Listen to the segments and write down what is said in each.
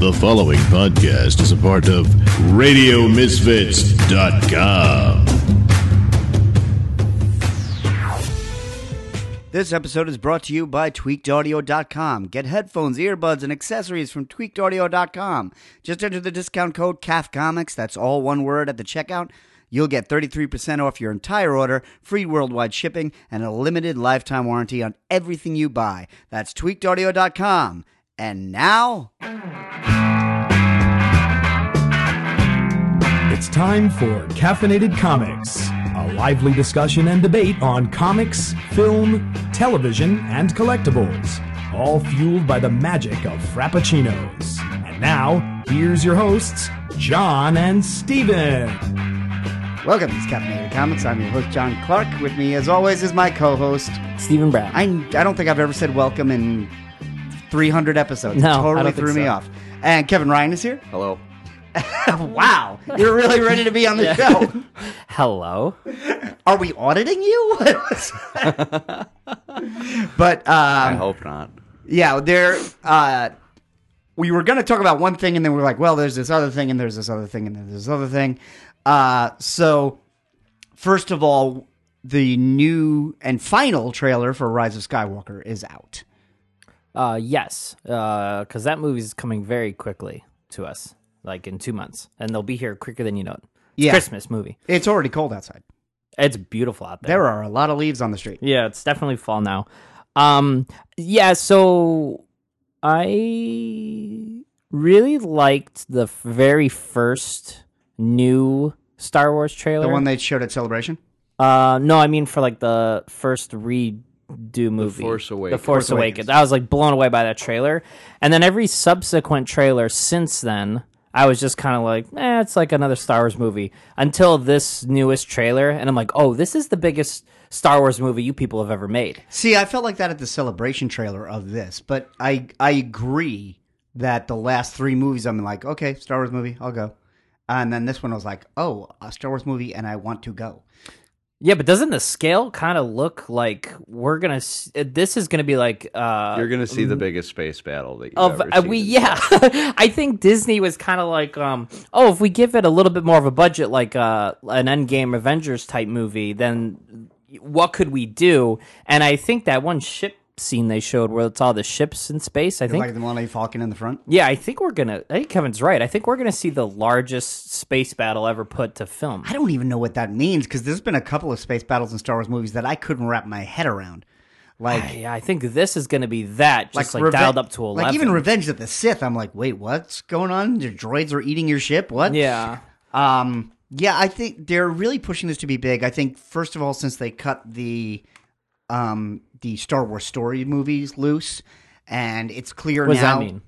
The following podcast is a part of RadioMisfits.com. This episode is brought to you by tweakedaudio.com. Get headphones, earbuds, and accessories from tweakedaudio.com. Just enter the discount code CAFCOMICS, that's all one word at the checkout. You'll get 33% off your entire order, free worldwide shipping, and a limited lifetime warranty on everything you buy. That's tweakedaudio.com. And now, It's time for Caffeinated Comics, a lively discussion and debate on comics, film, television, and collectibles, all fueled by the magic of Frappuccinos. And now, here's your hosts, John and Steven. welcome to Caffeinated Comics. I'm your host, John Clark. With me, as always, is my co host, Stephen Brown. I, I don't think I've ever said welcome in 300 episodes. No, it I totally don't think threw me so. off. And Kevin Ryan is here. Hello. wow, you're really ready to be on the show. Hello. Are we auditing you? but I um, hope not. yeah, there. Uh, we were going to talk about one thing, and then we were like, "Well, there's this other thing, and there's this other thing, and there's this other thing." Uh, so, first of all, the new and final trailer for Rise of Skywalker is out. Uh, yes, because that movie is coming very quickly to us, like in two months, and they'll be here quicker than you know it. It's Yeah. Christmas movie. It's already cold outside. It's beautiful out there. There are a lot of leaves on the street. Yeah, it's definitely fall now. Um, yeah. So I really liked the f- very first new Star Wars trailer. The one they showed at Celebration. Uh, no, I mean for like the first redo movie, Force Awakens. The Force, Awakens. I was like blown away by that trailer, and then every subsequent trailer since then, I was just kind of like, eh, it's like another Star Wars movie until this newest trailer, and I'm like, oh, this is the biggest Star Wars movie you people have ever made. See, I felt like that at the Celebration trailer of this, but I I agree that the last three movies I'm like, okay, Star Wars movie, I'll go, and then this one I was like, oh, a Star Wars movie, and I want to go. Yeah, but doesn't the scale kind of look like we're gonna? s- This is gonna be like uh, You're gonna see the biggest space battle that you've of ever uh, seen. we yeah i think disney was kind of like um oh if we give it a little bit more of a budget like uh an endgame avengers type movie then what could we do and i think that one ship scene they showed where it's all the ships in space i think Like the Millennium Falcon in the front. yeah i think we're gonna i think kevin's right i think we're gonna see the largest space battle ever put to film I don't even know what that means because there's been a couple of space battles in Star Wars movies that I couldn't wrap my head around, like. yeah i think this is gonna be that just like, Reve- dialed up to 11 Like even Revenge of the Sith, I'm like, wait, what's going on? Your droids are eating your ship. What? yeah Um, yeah, I think they're really pushing this to be big. I think first of all, since they cut the um the Star Wars story movies loose, and it's clear what does now that mean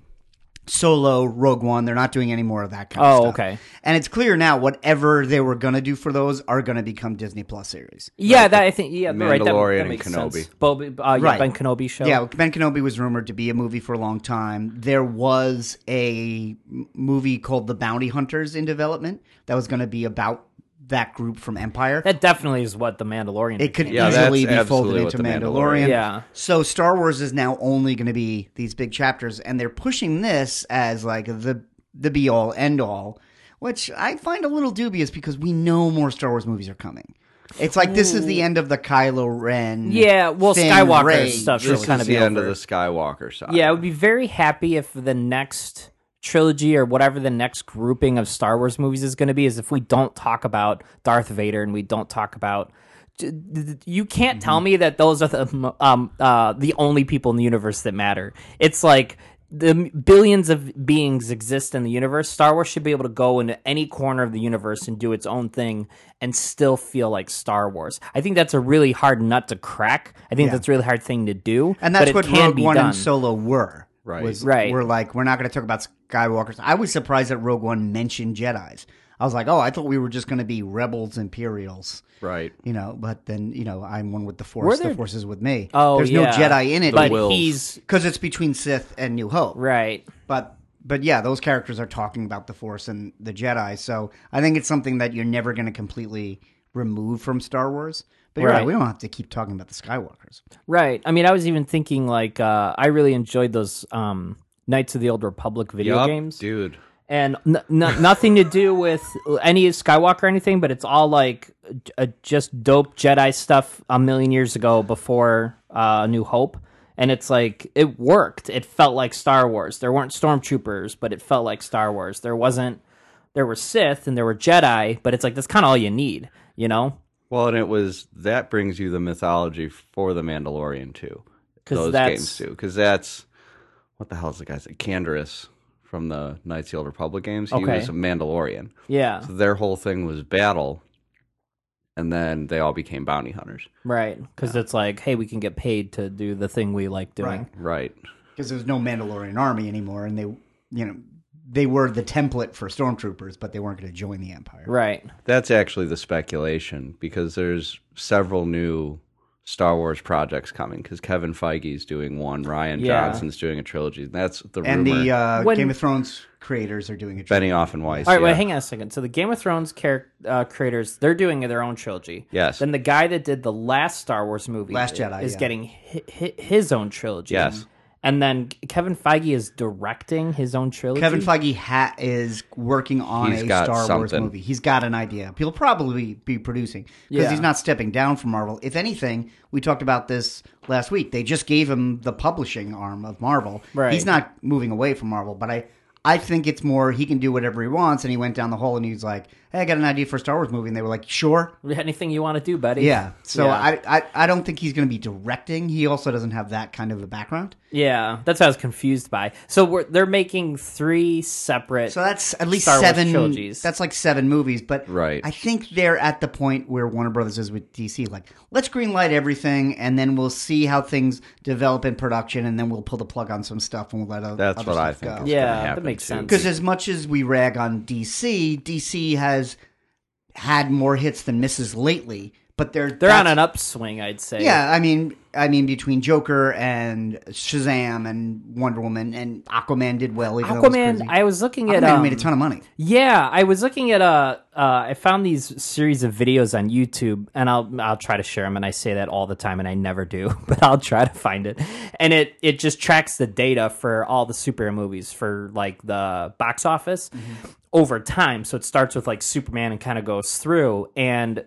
Solo, Rogue One, they're not doing any more of that kind Oh, of stuff. okay. And it's clear now whatever they were gonna do for those are gonna become Disney Plus series. yeah, that I think. Yeah, right. That, Mandalorian that and makes Kenobi. sense. Boba, uh, yeah, Right. Ben Kenobi show. Yeah, Ben Kenobi was rumored to be a movie for a long time. There was a m- movie called The Bounty Hunters in development that was going to be about that group from Empire. That definitely is what the Mandalorian. It could Yeah, that's easily be folded absolutely into what the Mandalorian. Mandalorian- Yeah. So Star Wars is now only going to be these big chapters, and they're pushing this as like the the be all end all, which I find a little dubious because we know more Star Wars movies are coming. It's like this is the end of the Kylo Ren. Yeah, well, Finn, Skywalker Rey. stuff This should is kind the of be end over. of the Skywalker side. yeah, I would be very happy if the next trilogy or whatever the next grouping of Star Wars movies is going to be is if we don't talk about Darth Vader and we don't talk about. You can't tell Mm-hmm. me that those are the um uh the only people in the universe that matter. It's like the billions of beings exist in the universe. Star Wars should be able to go into any corner of the universe and do its own thing and still feel like Star Wars. I think that's a really hard nut to crack. I think that's a really hard thing to do. and that's but what it can Rogue be One done. and Solo were. Right. was- Right. We're like we're not going to talk about Skywalkers. I was surprised that Rogue One mentioned Jedi's. I was like, oh, I thought we were just going to be rebels, Imperials. Right. you know but then you know i'm one with the force Were the there- force is with me Oh, there's no yeah. jedi in it but Wills. he's because it's between sith and new hope right. but but yeah those characters are talking about the force and the jedi so i think it's something that you're never going to completely remove from star wars but you're right. Right. we don't have to keep talking about the skywalkers Right. I mean, I was even thinking like uh, I really enjoyed those um, Knights of the Old Republic video Yup, games, dude. and n- n- nothing to do with any Skywalker or anything, but it's all like uh, just dope Jedi stuff a million years ago before uh, New Hope. And it's like it worked. It felt like Star Wars. There weren't stormtroopers, but it felt like Star Wars. There wasn't. There were Sith and there were Jedi, but it's like that's kind of all you need, you know? Well, and it was that brings you the mythology for the Mandalorian too. 'Cause Those that's- games too, because that's what the hell's the guy's Candorus from the Knights of the Old Republic games. He Okay. was a Mandalorian. Yeah, So their whole thing was battle, and then they all became bounty hunters. right. Because it's like, hey, we can get paid to do the thing we like doing. Right. Right. because there's no Mandalorian army anymore, and they, you know, they were the template for stormtroopers, but they weren't going to join the Empire. Right. That's actually the speculation because there's several new Star Wars projects coming because Kevin Feige's doing one, Ryan Yeah. Johnson's doing a trilogy. That's the And rumor. the uh, When- Game of Thrones creators are doing a trilogy. Benioff and Weiss. All right, yeah. wait, hang on a second. So the Game of Thrones char- uh, creators, they're doing their own trilogy. Yes. Then the guy that did the last Star Wars movie, Last Jedi, is yeah. getting hi- hi- his own trilogy. Yes. And then Kevin Feige is directing his own trilogy. Kevin Feige ha- is working on He's a got Star Wars something. movie. He's got an idea. He'll probably be producing because Yeah. he's not stepping down from Marvel. If anything, we talked about this last week. They just gave him the publishing arm of Marvel. Right. He's not moving away from Marvel, but I. I think it's more he can do whatever he wants, and he went down the hall and he's like, "Hey, I got an idea for a Star Wars movie," and they were like, "Sure." Anything you want to do, buddy? Yeah. So Yeah. I, I I don't think he's going to be directing. He also doesn't have that kind of a background. yeah, that's what I was confused by. So we're, they're making three separate. So that's at least Star Wars seven trilogies. That's like seven movies, but Right. I think they're at the point where Warner Brothers is with DC. Like, let's greenlight everything, and then we'll see how things develop in production, and then we'll pull the plug on some stuff, and we'll let other That's other what I stuff think. go. is Yeah, gonna that happen, makes too. sense. Because as much as we rag on DC, DC has had more hits than misses lately. But they're they're on that's- an upswing, I'd say. yeah, I mean, I mean, between Joker and Shazam and Wonder Woman and Aquaman did well. Even though it was Aquaman. crazy. I was looking at. Aquaman um, made a ton of money. Yeah, I was looking at uh, uh I found these series of videos on YouTube, and I'll I'll try to share them. And I say that all the time, and I never do, but I'll try to find it. And it it just tracks the data for all the superhero movies for like the box office over time. So it starts with like Superman and kind of goes through, and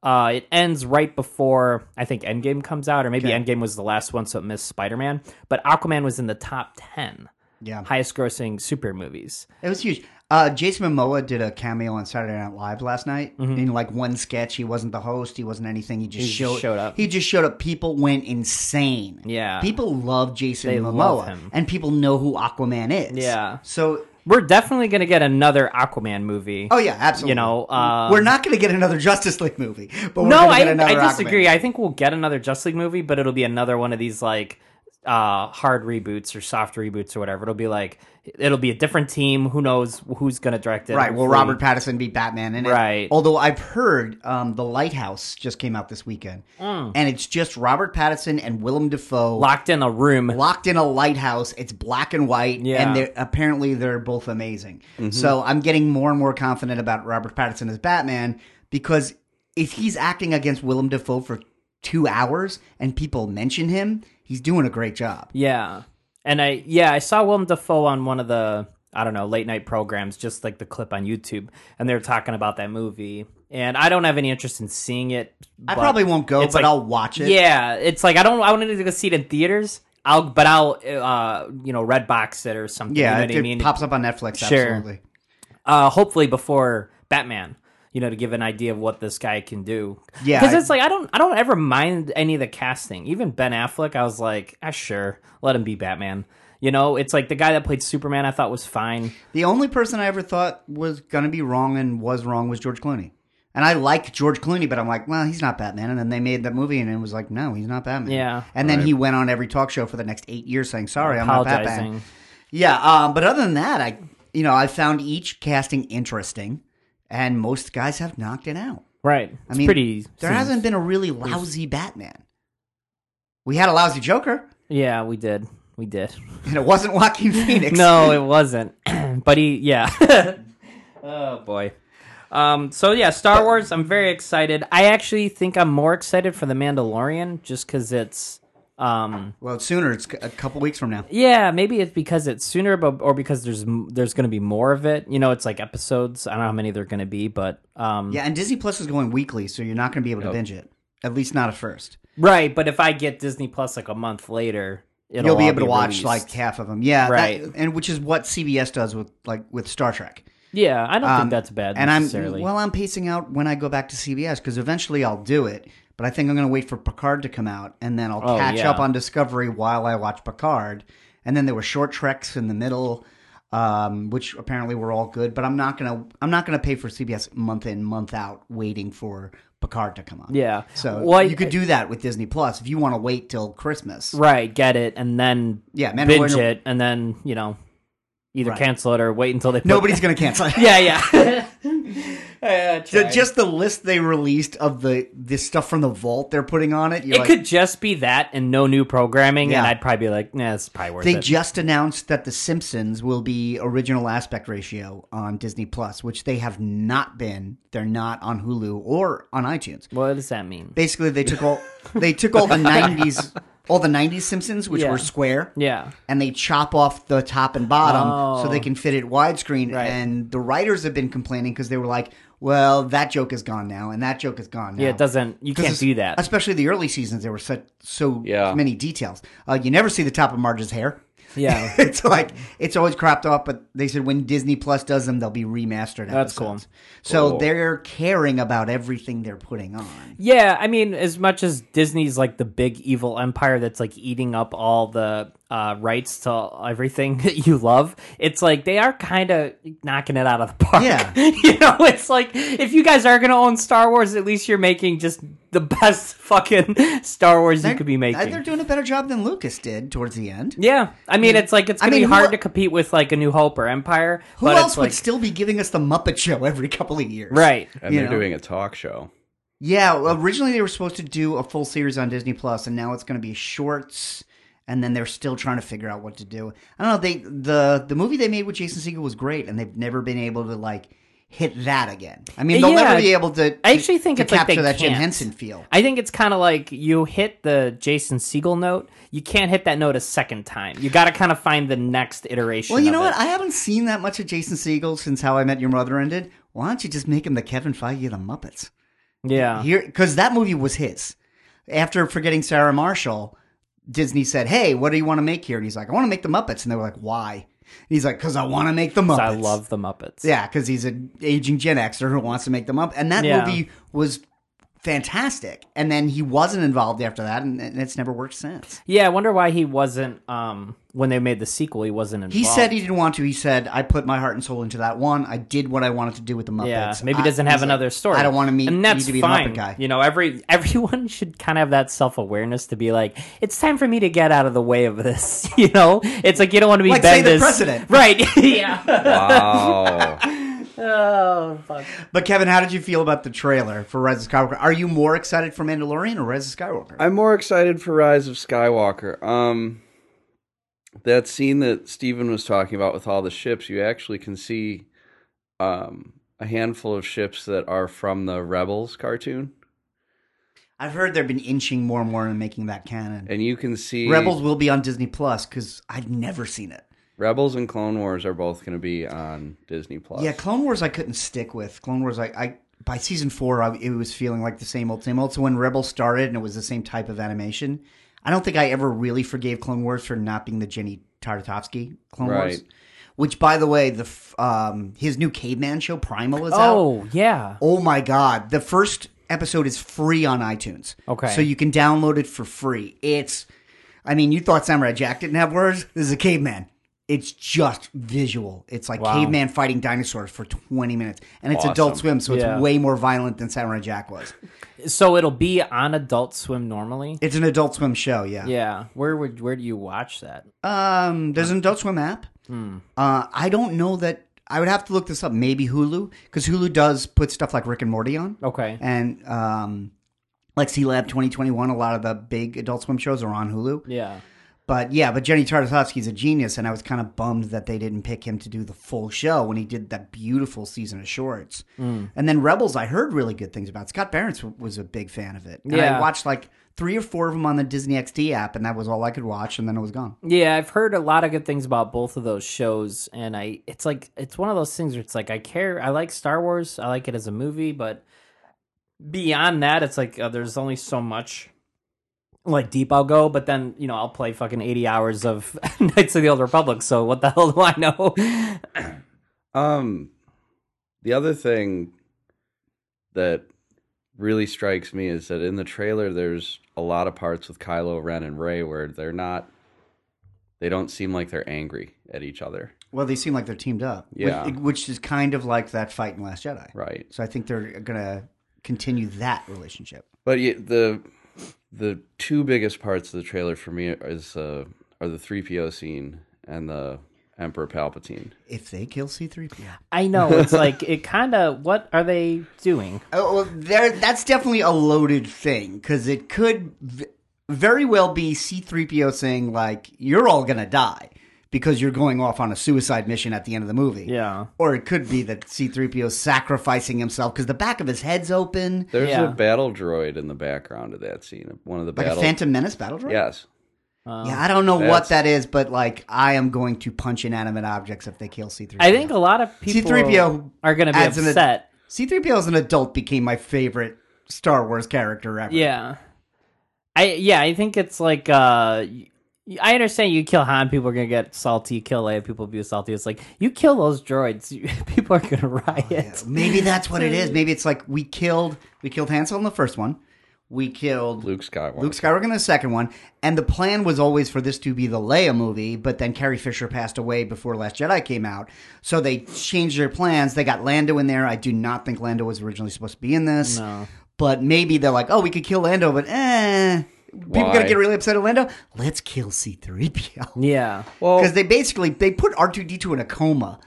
uh, it ends right before I think Endgame comes out, or maybe Endgame was the last one, so it missed Spider Man. But Aquaman was in the top ten Yeah, highest grossing superhero movies. it was huge. Uh, Jason Momoa did a cameo on Saturday Night Live last night in like one sketch. He wasn't the host. He wasn't anything. He just Mm-hmm. just showed, showed up. He just showed up. People went insane. Yeah. people love Jason They Momoa, love him. and people know who Aquaman is. Yeah. So, We're definitely going to get another Aquaman movie. oh yeah, absolutely. You know, um, we're not going to get another Justice League movie, but we're no, gonna I, get another I disagree. Aquaman. I think we'll get another Just League movie, but it'll be another one of these like uh, hard reboots or soft reboots or whatever. It'll be like it'll be a different team. Who knows who's going to direct it? Right. Will Hopefully- Robert Pattinson be Batman in it? Right. Although I've heard um, The Lighthouse just came out this weekend. Mm. And it's just Robert Pattinson and Willem Dafoe locked in a room? locked in a lighthouse. It's black and white. Yeah. Mm-hmm. And they're, apparently they're both amazing. So I'm getting more and more confident about Robert Pattinson as Batman because if he's acting against Willem Dafoe for two hours and people mention him, he's doing a great job. Yeah, and I yeah I saw Willem Dafoe on one of the I don't know late night programs, just like the clip on YouTube, and they were talking about that movie. And I don't have any interest in seeing it. I but- probably won't go, it's but like- I'll watch it. Yeah, it's like I don't. I wanted to go see it in theaters. I'll, but I'll, uh, you know, red box it or something. Yeah, you know it, what I it mean. pops up on Netflix. Sure. Absolutely. Uh, hopefully before Batman, you know, to give an idea of what this guy can do. Yeah, because I- it's like I don't, I don't ever mind any of the casting. Even Ben Affleck, I was like, ah, sure, let him be Batman. You know, it's like the guy that played Superman, I thought was fine. The only person I ever thought was going to be wrong and was wrong was George Clooney. And I like George Clooney, but I'm like, well, he's not Batman. And then they made that movie, and it was like, no, he's not Batman. Yeah. And then he went on every talk show for the next eight years saying, sorry, I'm not Batman. Apologizing. Yeah. Um, but other than that, I, you know, I found each casting interesting, and most guys have knocked it out. Right. It's I mean, pretty. there hasn't been a really lousy Batman. We had a lousy Joker, Yeah, we did. We did. and it wasn't Joaquin Phoenix. No, it wasn't. but he, yeah. oh boy. Um. So yeah, Star Wars. I'm very excited. I actually think I'm more excited for the Mandalorian just because it's Um, Well, sooner. It's c- a couple weeks from now. yeah, maybe it's because it's sooner, but or because there's m- there's going to be more of it. You know, it's like episodes. I don't know how many there are going to be, but um, Yeah, and Disney Plus is going weekly, so you're not going to be able to binge it. At least not at first. right. But if I get Disney Plus like a month later, it'll You'll be all able to watch released. like half of them. Yeah, that- Right. and which is what CBS does with like with Star Trek. yeah. I don't Um, think that's bad and I'm necessarily. well, I'm pacing out when I go back to CBS because eventually I'll do it. But I think I'm going to wait for Picard to come out, and then I'll Oh, catch yeah. up on Discovery while I watch Picard. And then there were short treks in the middle, um, which apparently were all good. But I'm not gonna I'm not gonna pay for CBS month in month out waiting for Picard to come on. yeah. So Well, I- you could do that with Disney Plus if you want to wait till Christmas. right, get it, and then Yeah, binge Mandalorian. it, and then you know either Right. cancel it or wait until they put Nobody's gonna cancel. it. Yeah, yeah. Uh, Ju- try. Just the list they released of the this stuff from the vault they're putting on it. You're it like, could just be that and no new programming, and Yeah. I'd probably be like, "Nah, it's probably worth They it." just announced that The Simpsons will be original aspect ratio on Disney Plus, which they have not been. They're not on Hulu or on iTunes. what does that mean? Basically, they took all they took all the '90s all the '90s Simpsons, which Yeah. were square, Yeah, and they chop off the top and bottom so Oh. they can fit it widescreen. Right. And the writers have been complaining because they were like, "Well, that joke is gone now, and that joke is gone now." yeah. It doesn't. You 'Cause can't it's- do that. especially the early seasons. There were such so Yeah. many details. Uh, you never see the top of Marge's hair. Yeah. it's like it's always cropped off. But they said when Disney Plus does them, they'll be remastered. That's cool. episodes. So Cool. they're caring about everything they're putting on. Yeah, I mean, as much as Disney's like the big evil empire that's like eating up all the uh, rights to everything that you love, it's like they are kind of knocking it out of the park. Yeah. you know, it's like if you guys are gonna own Star Wars, at least you're making just the best fucking Star Wars you could be Uh, They're making. doing a better job than Lucas did towards the end. Yeah, I mean, it's like it's I gonna mean, be who hard el- to compete with like a New Hope or Empire. Who but else it's would like, still be giving us the Muppet Show every couple of years? right? And You they're know. doing a talk show. Yeah. well, Originally, they were supposed to do a full series on Disney Plus, and now it's going to be shorts. And then they're still trying to figure out what to do. I don't know. They the the movie they made with Jason Segel was great, and they've never been able to like hit that again. I mean, they'll Yeah. never be able to. I actually think to it's like capture they that Jim can't. Henson feel. I think it's kind of like you hit the Jason Siegel note, you can't hit that note a second time. You got to kind of find the next iteration. Well, you of know it. what? I haven't seen that much of Jason Segel since How I Met Your Mother ended. Why don't you just make him the Kevin Feige of the Muppets? yeah, Uh-huh. here because that movie was his. After forgetting Sarah Marshall, Disney said, "Hey, what do you want to make here?" And he's like, "I want to make the Muppets." And they were like, "Why?" And he's like, "Cause I want to make the Muppets." I love the Muppets. yeah, because he's an aging Gen Xer who wants to make them up, and that Yeah. movie was fantastic. And then he wasn't involved after that, and, and it's never worked since. yeah. I wonder why he wasn't um when they made the sequel. He wasn't involved. He said he didn't want to. He said, "I put my heart and soul into that one. I did what I wanted to do with the Muppets." Yeah, maybe I- he doesn't have he's like, another story. I don't want to meet. and that's need to be fine. the Muppet guy. You know, every everyone should kind of have that self awareness to be like, it's time for me to get out of the way of this. You know, it's like you don't want to be Like, say Bendis, the president. right? yeah. Wow. Oh fuck. But Kevin, how did you feel about the trailer for Rise of Skywalker? Are you more excited for Mandalorian or Rise of Skywalker? I'm more excited for Rise of Skywalker. Um that scene that Steven was talking about with all the ships, you actually can see um a handful of ships that are from the Rebels cartoon. I've heard they've been inching more and more and making that canon. And you can see Rebels will be on Disney Plus because I've never seen it. Rebels and Clone Wars are both going to be on Disney Plus. Yeah, Clone Wars I couldn't stick with. Clone Wars I, I by season four I, it was feeling like the same old same old. So when Rebels started and it was the same type of animation, I don't think I ever really forgave Clone Wars for not being the Jenny Tartakovsky Clone Wars. Right. Which, by the way, the f- um, his new caveman show Primal is out. Oh yeah. Oh my god, the first episode is free on iTunes. Okay. So you can download it for free. It's I mean, you thought Samurai Jack didn't have words? This is a caveman. It's just visual. It's like caveman fighting dinosaurs for 20 minutes. And it's Adult Swim, so it's Yeah. way more violent than Samurai Jack was. So it'll be on Adult Swim normally. It's an Adult Swim show, yeah. Yeah, where would where do you watch that? Um, there's an Adult Swim app. Hmm. Uh, I don't know that. I would have to look this up. Maybe Hulu, because Hulu does put stuff like Rick and Morty on. Okay, and um, like C Lab 2021, a lot of the big Adult Swim shows are on Hulu. yeah, But yeah, but Jenny Tartakovsky's a genius, and I was kind of bummed that they didn't pick him to do the full show when he did that beautiful season of shorts. And then Rebels, I heard really good things about. Scott Barron's w- was a big fan of it. And I Yeah. watched like three or four of them on the Disney XD app, and that was all I could watch, and then it was gone. Yeah, I've heard a lot of good things about both of those shows, and I it's like it's one of those things where it's like I care, I like Star Wars, I like it as a movie, but beyond that, it's like uh, there's only so much like deep I'll go. But then you know I'll play fucking eighty hours of Knights of the Old Republic, so what the hell do I know? Um, the other thing that really strikes me is that in the trailer, there's a lot of parts with Kylo Ren and Ray where they're not. They don't seem like they're angry at each other, Well, they seem like they're teamed up, which- Yeah. which is kind of like that fight in Last Jedi. right? So I think they're gonna continue that relationship. But yeah, the the two biggest parts of the trailer for me is uh, are the three PO scene and the Emperor Palpatine. If they kill C3PO. I know it's like it kind of what are they doing? Oh, well, there. That's definitely a loaded thing because it could v- very well be C-3PO saying like, "You're all gonna die because you're going off on a suicide mission at the end of the movie." Yeah. Or it could be that C-3PO sacrificing himself because the back of his head's open, There's Yeah. a battle droid in the background of that scene. One of the like battle. a Phantom Menace battle droid. Yes. Yeah, I don't know what That's- that is, but like, I am going to punch inanimate objects if they kill C-3PO. I think a lot of people C-3PO are going to be adds an ad- upset. C-3PO as an adult became my favorite Star Wars character ever. Yeah. I yeah, I think it's like uh y- I understand you kill Han, people are gonna get salty. You kill Leia, people will be salty. It's like you kill those droids, you- people are gonna Oh, riot. Maybe that's what it is. Maybe it's like we killed we killed Hansel in the first one. We killed Luke, Luke Skywalker. Skywalker in the second one, and the plan was always for this to be the Leia movie, but then Carrie Fisher passed away before Last Jedi came out. So they changed their plans. They got Lando in there. I do not think Lando was originally supposed to be in this. But maybe they're like, "Oh, we could kill Lando, but eh, people Why? going to get really upset at Lando. Let's kill C3PO." Yeah. Well, because they basically they put R two D two in a coma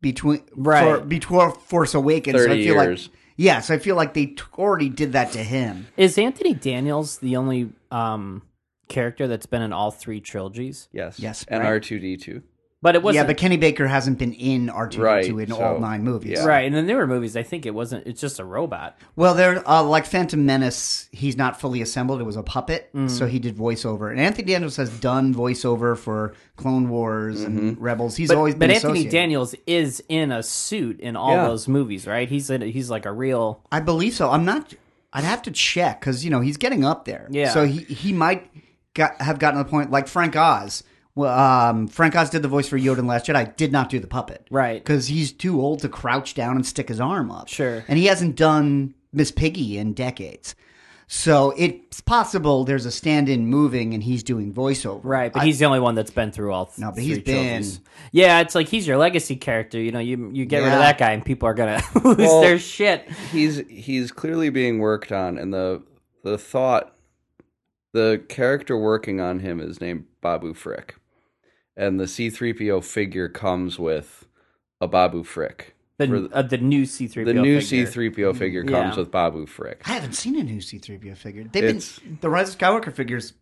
between Right. for, before Force Awakens. so I 30 feel years. Like, yeah, so I feel like they t- already did that to him. Is Anthony Daniels the only um character that's been in all three trilogies? yes. Yes, And right. R two D two. But it wasn't yeah, but Kenny Baker hasn't been in R two D Right, two in so- all nine movies. yeah. right, and then there were movies I think it wasn't it's just a robot. Well, they're uh, like Phantom Menace. He's not fully assembled; it was a puppet, Mm. so he did voiceover. And Anthony Daniels has done voiceover for Clone Wars and Mm-hmm. Rebels. He's But, always been but Anthony associated. Daniels is in a suit in all Yeah. those movies, right? He's in, he's like a real I believe so. I'm not. I'd have to check because you know he's getting up there. Yeah. So he he might got, have gotten to the point like Frank Oz. Well, um, Frank Oz did the voice for Yoda in Last Jedi. Did not do the puppet. Right. Because he's too old to crouch down and stick his arm up. Sure. And he hasn't done Miss Piggy in decades. So it's possible there's a stand-in moving and he's doing voiceover. Right, but he's the only one that's been through all. Th- No, but he's three trilogies. been- Yeah, it's like he's your legacy character. You know, you you get rid Yeah. of that guy, and people are gonna lose Well- their shit. He's he's clearly being worked on, and the the thought, the character working on him is named Babu Frick, and the C three PO figure comes with a Babu Frick. The For the- uh, the new C three. The new C three PO figure comes Yeah. with Babu Frick. I haven't seen a new C-3PO figure. They've It's- been the Rise of Skywalker figures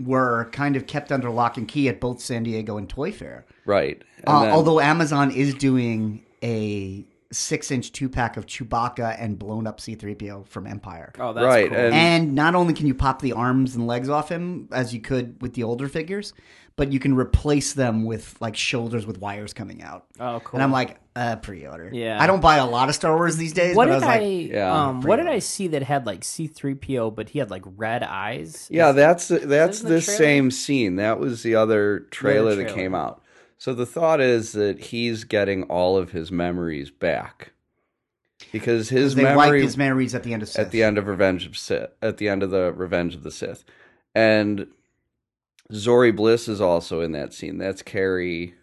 were kind of kept under lock and key at both San Diego and Toy Fair. Right. And Uh, then- although Amazon is doing a six-inch two-pack of Chewbacca and blown-up C-3PO from Empire. Oh, that's Right, cool. and- And not only can you pop the arms and legs off him as you could with the older figures, but you can replace them with like shoulders with wires coming out. oh, cool. And I'm like, uh, pre-order. Yeah. I don't buy a lot of Star Wars these days. what but I did was I, like, Yeah. um What did I see that had like C three PO, but he had like red eyes? Yeah, that's that's the this trailer? same scene. That was the other trailer, that trailer. came out. So the thought is that he's getting all of his memories back because his they wipe memory his memories at the end of Sith. at the end of Revenge of Sith, at the end of the Revenge of the Sith, and Zori Bliss is also in that scene. That's Carrie.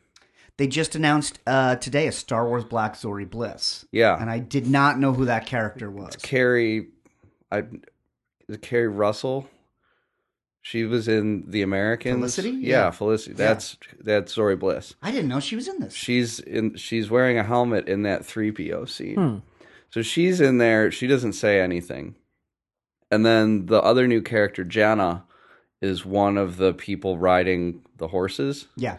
They just announced uh, today a Star Wars Black Zori Bliss, Yeah, and I did not know who that character was. Carrie. I is it Carrie Russell. She was in The Americans. Felicity? Yeah, Yeah. Felicity. That's that's Zori Bliss. I didn't know she was in this. she's in she's wearing a helmet in that 3PO scene. Hmm. So she's in there, she doesn't say anything. And then the other new character Jana is one of the people riding the horses Yeah.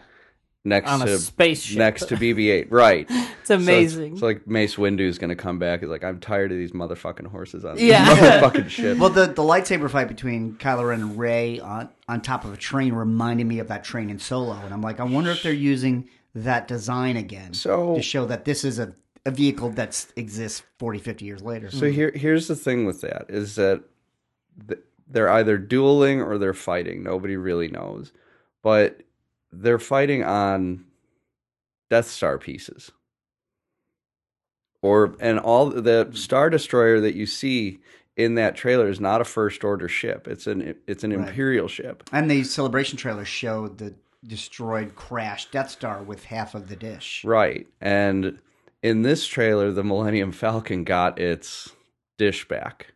next On a to spaceship. next to BB-8. Right. It's amazing. So it's, it's like Mace Windu's gonna come back. He's like, I'm tired of these motherfucking horses on Yeah. this motherfucking ship. Well, the, the lightsaber fight between Kylo Ren and Rey on, on top of a train reminded me of that train in Solo, and I'm like, I wonder if they're using that design again So- to show that this is a, a vehicle that exists 40, 50 years later. So here, here's the thing with that is that th- they're either dueling or they're fighting. Nobody really knows, but they're fighting on Death Star pieces, or and all the Star Destroyer that you see in that trailer is not a First Order ship. It's an it's an Right. Imperial ship. and the celebration trailer showed the destroyed, crashed Death Star with half of the dish. Right. And in this trailer, the Millennium Falcon got its dish back.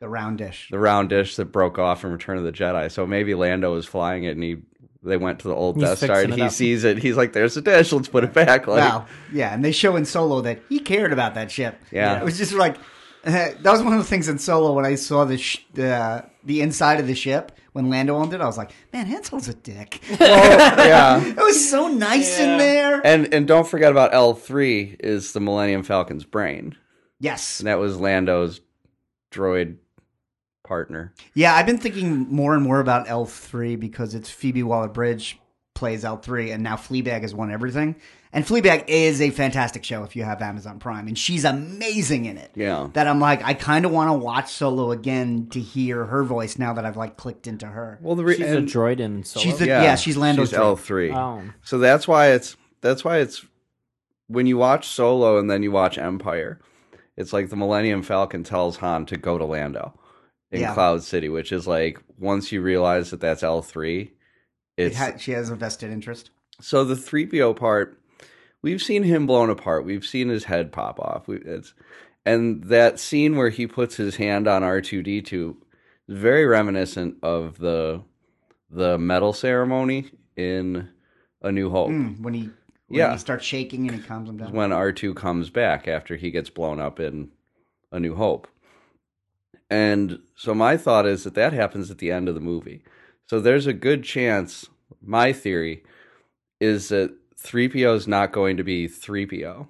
The round dish. The round dish that broke off in Return of the Jedi. So maybe Lando was flying it and he they went to the old He's Death Star fixing and it he up. sees it. He's like, There's the dish, let's put it back. Like wow. Yeah, and they show in Solo that he cared about that ship. Yeah. It was just like eh, that was one of the things in Solo when I saw the sh- uh, the inside of the ship when Lando owned it. I was like, man, Hansel's a dick. it oh, Yeah. was so nice in there. And and don't forget about L three is the Millennium Falcon's brain. Yes. And that was Lando's droid partner. Yeah, I've been thinking more and more about L three because it's Phoebe Waller Bridge plays L three, and now Fleabag has won everything. And Fleabag is a fantastic show if you have Amazon Prime, and she's amazing in it. Yeah. that I'm like, I kind of want to watch Solo again to hear her voice now that I've like clicked into her. Well the re- She's and- a droid in solo. She's the yeah, she's Lando's droid. L three. Oh. So that's why it's that's why it's when you watch Solo and then you watch Empire, it's like the Millennium Falcon tells Han to go to Lando in Yeah. Cloud City, which is like once you realize that that's L three, It it's ha- she has a vested interest. so the three PO part. We've seen him blown apart. We've seen his head pop off. We, it's and that scene where he puts his hand on R two D two is very reminiscent of the the medal ceremony in A New Hope. Mm, when he when Yeah. he starts shaking and he calms him down. when R2 comes back after he gets blown up in A New Hope. And so my thought is that that happens at the end of the movie. So there's a good chance, my theory is that 3PO is not going to be 3PO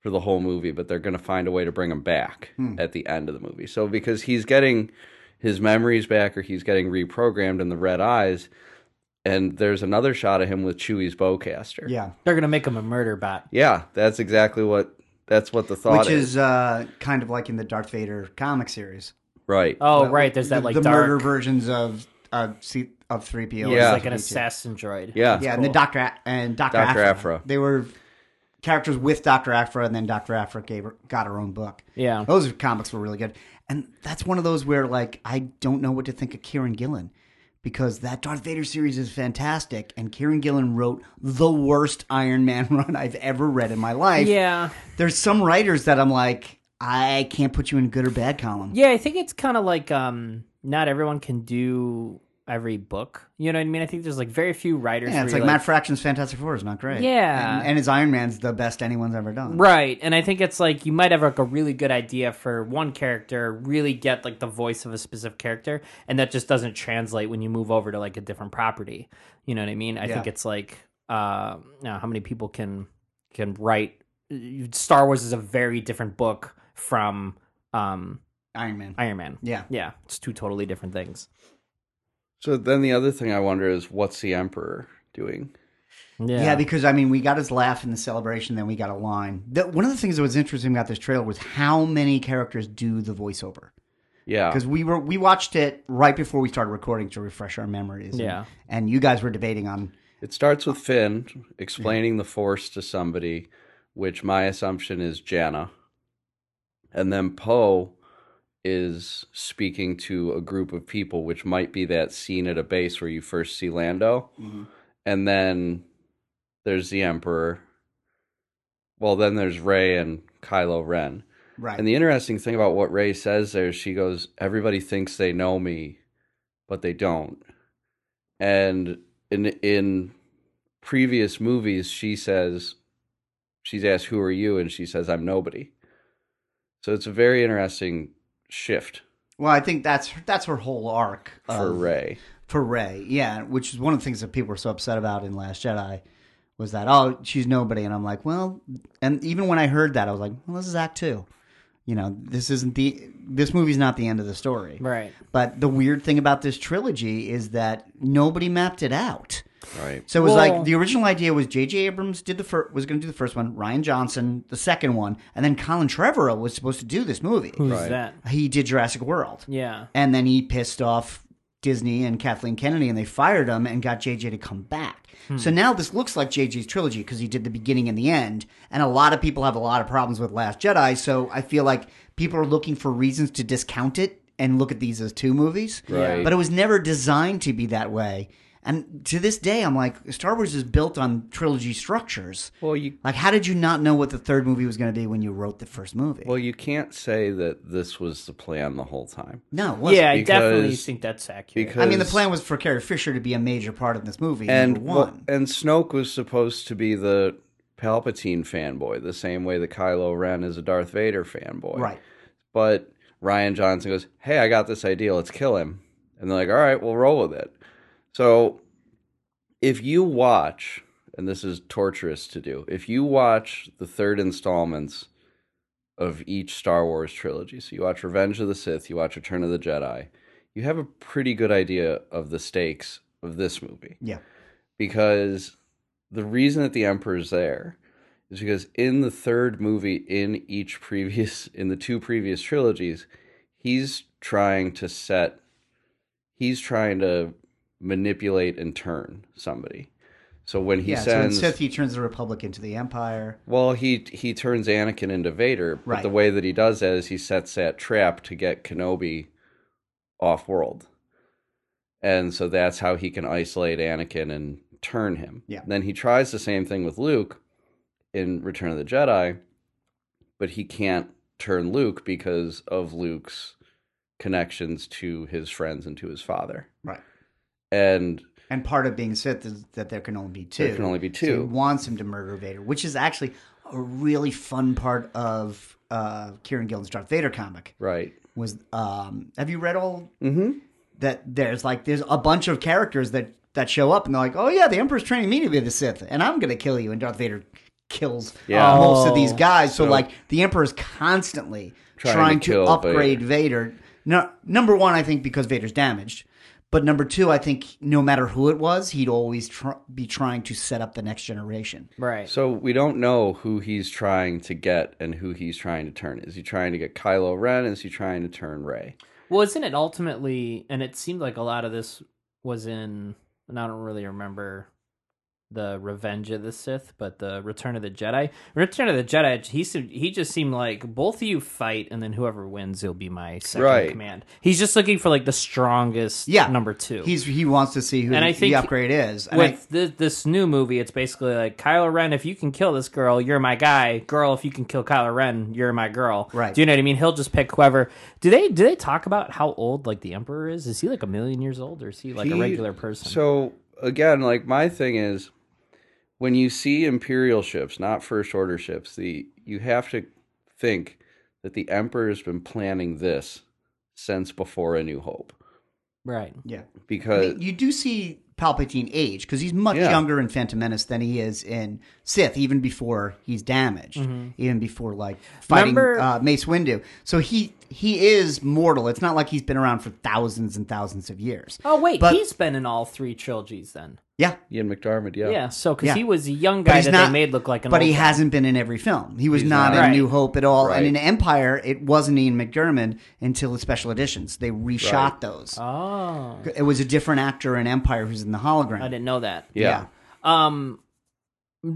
for the whole movie, but they're going to find a way to bring him back at the end of the movie. So because he's getting his memories back or he's getting reprogrammed in the red eyes and there's another shot of him with Chewie's bowcaster. yeah, They're gonna make him a murder bot. Yeah, that's exactly what that's what the thought which is. is uh, kind of like in the Darth Vader comic series. Right. uh, Oh right, there's that the, like the dark. murder versions of uh, C- of three PO. Yeah. It's like an assassin droid. yeah. yeah, and the Doctor A- and Doctor Dr. Aphra. Aphra. They were characters with Doctor Aphra, and then Doctor Aphra gave her, got her own book. Yeah. those comics were really good, and that's one of those where like I don't know what to think of Kieran Gillen because that Darth Vader series is fantastic, and Kieran Gillen wrote the worst Iron Man run I've ever read in my life. Yeah. there's some writers that I'm like I can't put you in good or bad column. Yeah, I think it's kind of like um, not everyone can do every book. You know what I mean? I think there's like very few writers. Yeah, it's where like, you're Matt Fraction's Fantastic Four is not great. Yeah. and, and his Iron Man's the best anyone's ever done. Right, and I think it's like you might have like a really good idea for one character, really get like the voice of a specific character, and that just doesn't translate when you move over to like a different property. You know what I mean? I think it's like uh, you know, how many people can can write Star Wars is a very different book from um, Iron Man. Iron Man. Yeah. Yeah, it's two totally different things. So then the other thing I wonder is what's the emperor doing? Yeah, Yeah. because I mean, we got his laugh in the celebration, then we got a line. The, one of the things that was interesting about this trailer was how many characters do the voiceover. Yeah. Because we were we watched it right before we started recording to refresh our memories. and- Yeah. and you guys were debating on It starts uh, with Finn explaining the force to somebody, which my assumption is Janna. And then Poe is speaking to a group of people, which might be that scene at a base where you first see Lando. And then there's the Emperor. Well, then there's Ray and Kylo Ren. right. And the interesting thing about what Ray says there is she goes, Everybody thinks they know me, but they don't. And in in previous movies, she says she's asked, Who are you? And she says, I'm nobody. So it's a very interesting shift well, I think that's that's her whole arc for of Ray. for Ray. Yeah, which is one of the things that people were so upset about in Last Jedi was that oh she's nobody, and I'm like well, and even when I heard that I was like well this is Act Two, you know this isn't the this movie's not the end of the story. Right. But the weird thing about this trilogy is that nobody mapped it out. Right. So it was Well- like the original idea was J.J. Abrams did the fir- was going to do the first one, Ryan Johnson the second one, and then Colin Trevorrow was supposed to do this movie. Who's Right. that? He did Jurassic World, Yeah. and then he pissed off Disney and Kathleen Kennedy, and they fired him and got J.J. to come back. Hmm. So now this looks like J.J.'s trilogy because he did the beginning and the end, and a lot of people have a lot of problems with Last Jedi. So I feel like people are looking for reasons to discount it and look at these as two movies Right. but it was never designed to be that way. And to this day, I'm like, Star Wars is built on trilogy structures. Well, you Like, how did you not know what the third movie was going to be when you wrote the first movie? well you can't say that this was the plan the whole time. no, it wasn't. Yeah, I definitely because- think that's accurate. Because I mean, the plan was for Carrie Fisher to be a major part of this movie. and number well, one. and Snoke was supposed to be the Palpatine fanboy, the same way that Kylo Ren is a Darth Vader fanboy. right. But Ryan Johnson goes, "Hey, I got this idea. Let's kill him." And they're like, "All right, we'll roll with it." So, if you watch, and this is torturous to do, if you watch the third installments of each Star Wars trilogy, so you watch Revenge of the Sith, you watch Return of the Jedi, you have a pretty good idea of the stakes of this movie Yeah. because the reason that the emperor's there is because in the third movie in each previous in the two previous trilogies he's trying to set he's trying to manipulate and turn somebody so when he yeah. so in sends Sith, he turns the Republic into the Empire. well he he turns anakin into vader but Right. the way that he does that is he sets that trap to get kenobi off world and so that's how he can isolate Anakin and turn him. Yeah. Then he tries the same thing with Luke in Return of the Jedi, but he can't turn Luke because of Luke's connections to his friends and to his father. Right. And And part of being Sith is that there can only be two. There can only be So he two. wants him to murder Vader, which is actually a really fun part of uh, Kieran Gillen's Darth Vader comic. right. was um have you read all Mhm. that there's like there's a bunch of characters that that show up and they're like oh yeah the emperor's training me to be the sith and i'm gonna kill you and darth vader kills Yeah. most of these Oh. guys so, like the emperor's constantly trying, Trying to, to kill upgrade vader, No, number one i think because vader's damaged but number two i think no matter who it was he'd always tr- be trying to set up the next generation right. So we don't know who he's trying to get and who he's trying to turn. Is he trying to get Kylo Ren? Is he trying to turn Rey? Well, isn't it ultimately, and it seemed like a lot of this was in, and I don't really remember the Revenge of the Sith, but the Return of the Jedi. Return of the Jedi, he seemed, he just seemed like both of you fight, and then whoever wins, he'll be my second Right. in command. He's just looking for like the strongest Yeah. number two. he's he wants to see who And I the think upgrade is and I- with thi- this new movie, it's basically like Kylo Ren. If you can kill this girl, you're my guy. Girl, if you can kill Kylo Ren, you're my girl. Right. Do you know what I mean? He'll just pick whoever. Do they do they talk about how old like the Emperor is? Is he like a million years old, or is he like a He- regular person? So again, like my thing is when you see imperial ships, not first order ships, the you have to think that the emperor has been planning this since before a new hope right. yeah I Uh, because mean, you do see Palpatine age because he's much Yeah. younger in Phantom Menace than he is in Sith, even before he's damaged, even before like fighting Mm-hmm. Remember- uh, Mace Windu. So he he is mortal. It's not like he's been around for thousands and thousands of years. Oh wait, But- he's been in all three trilogies then. Yeah, Ian McDermott, yeah. Yeah. so because Yeah. he was a young but guy he's that not they made look like an. But old he guy. hasn't been in every film. He was He's not, not. in Right. New Hope at all, and Right. in Empire, it wasn't Ian McDermott until the special editions. They reshot Right. those. Oh, it was a different actor in Empire who's in the hologram. I didn't know that. Yeah. yeah. Um,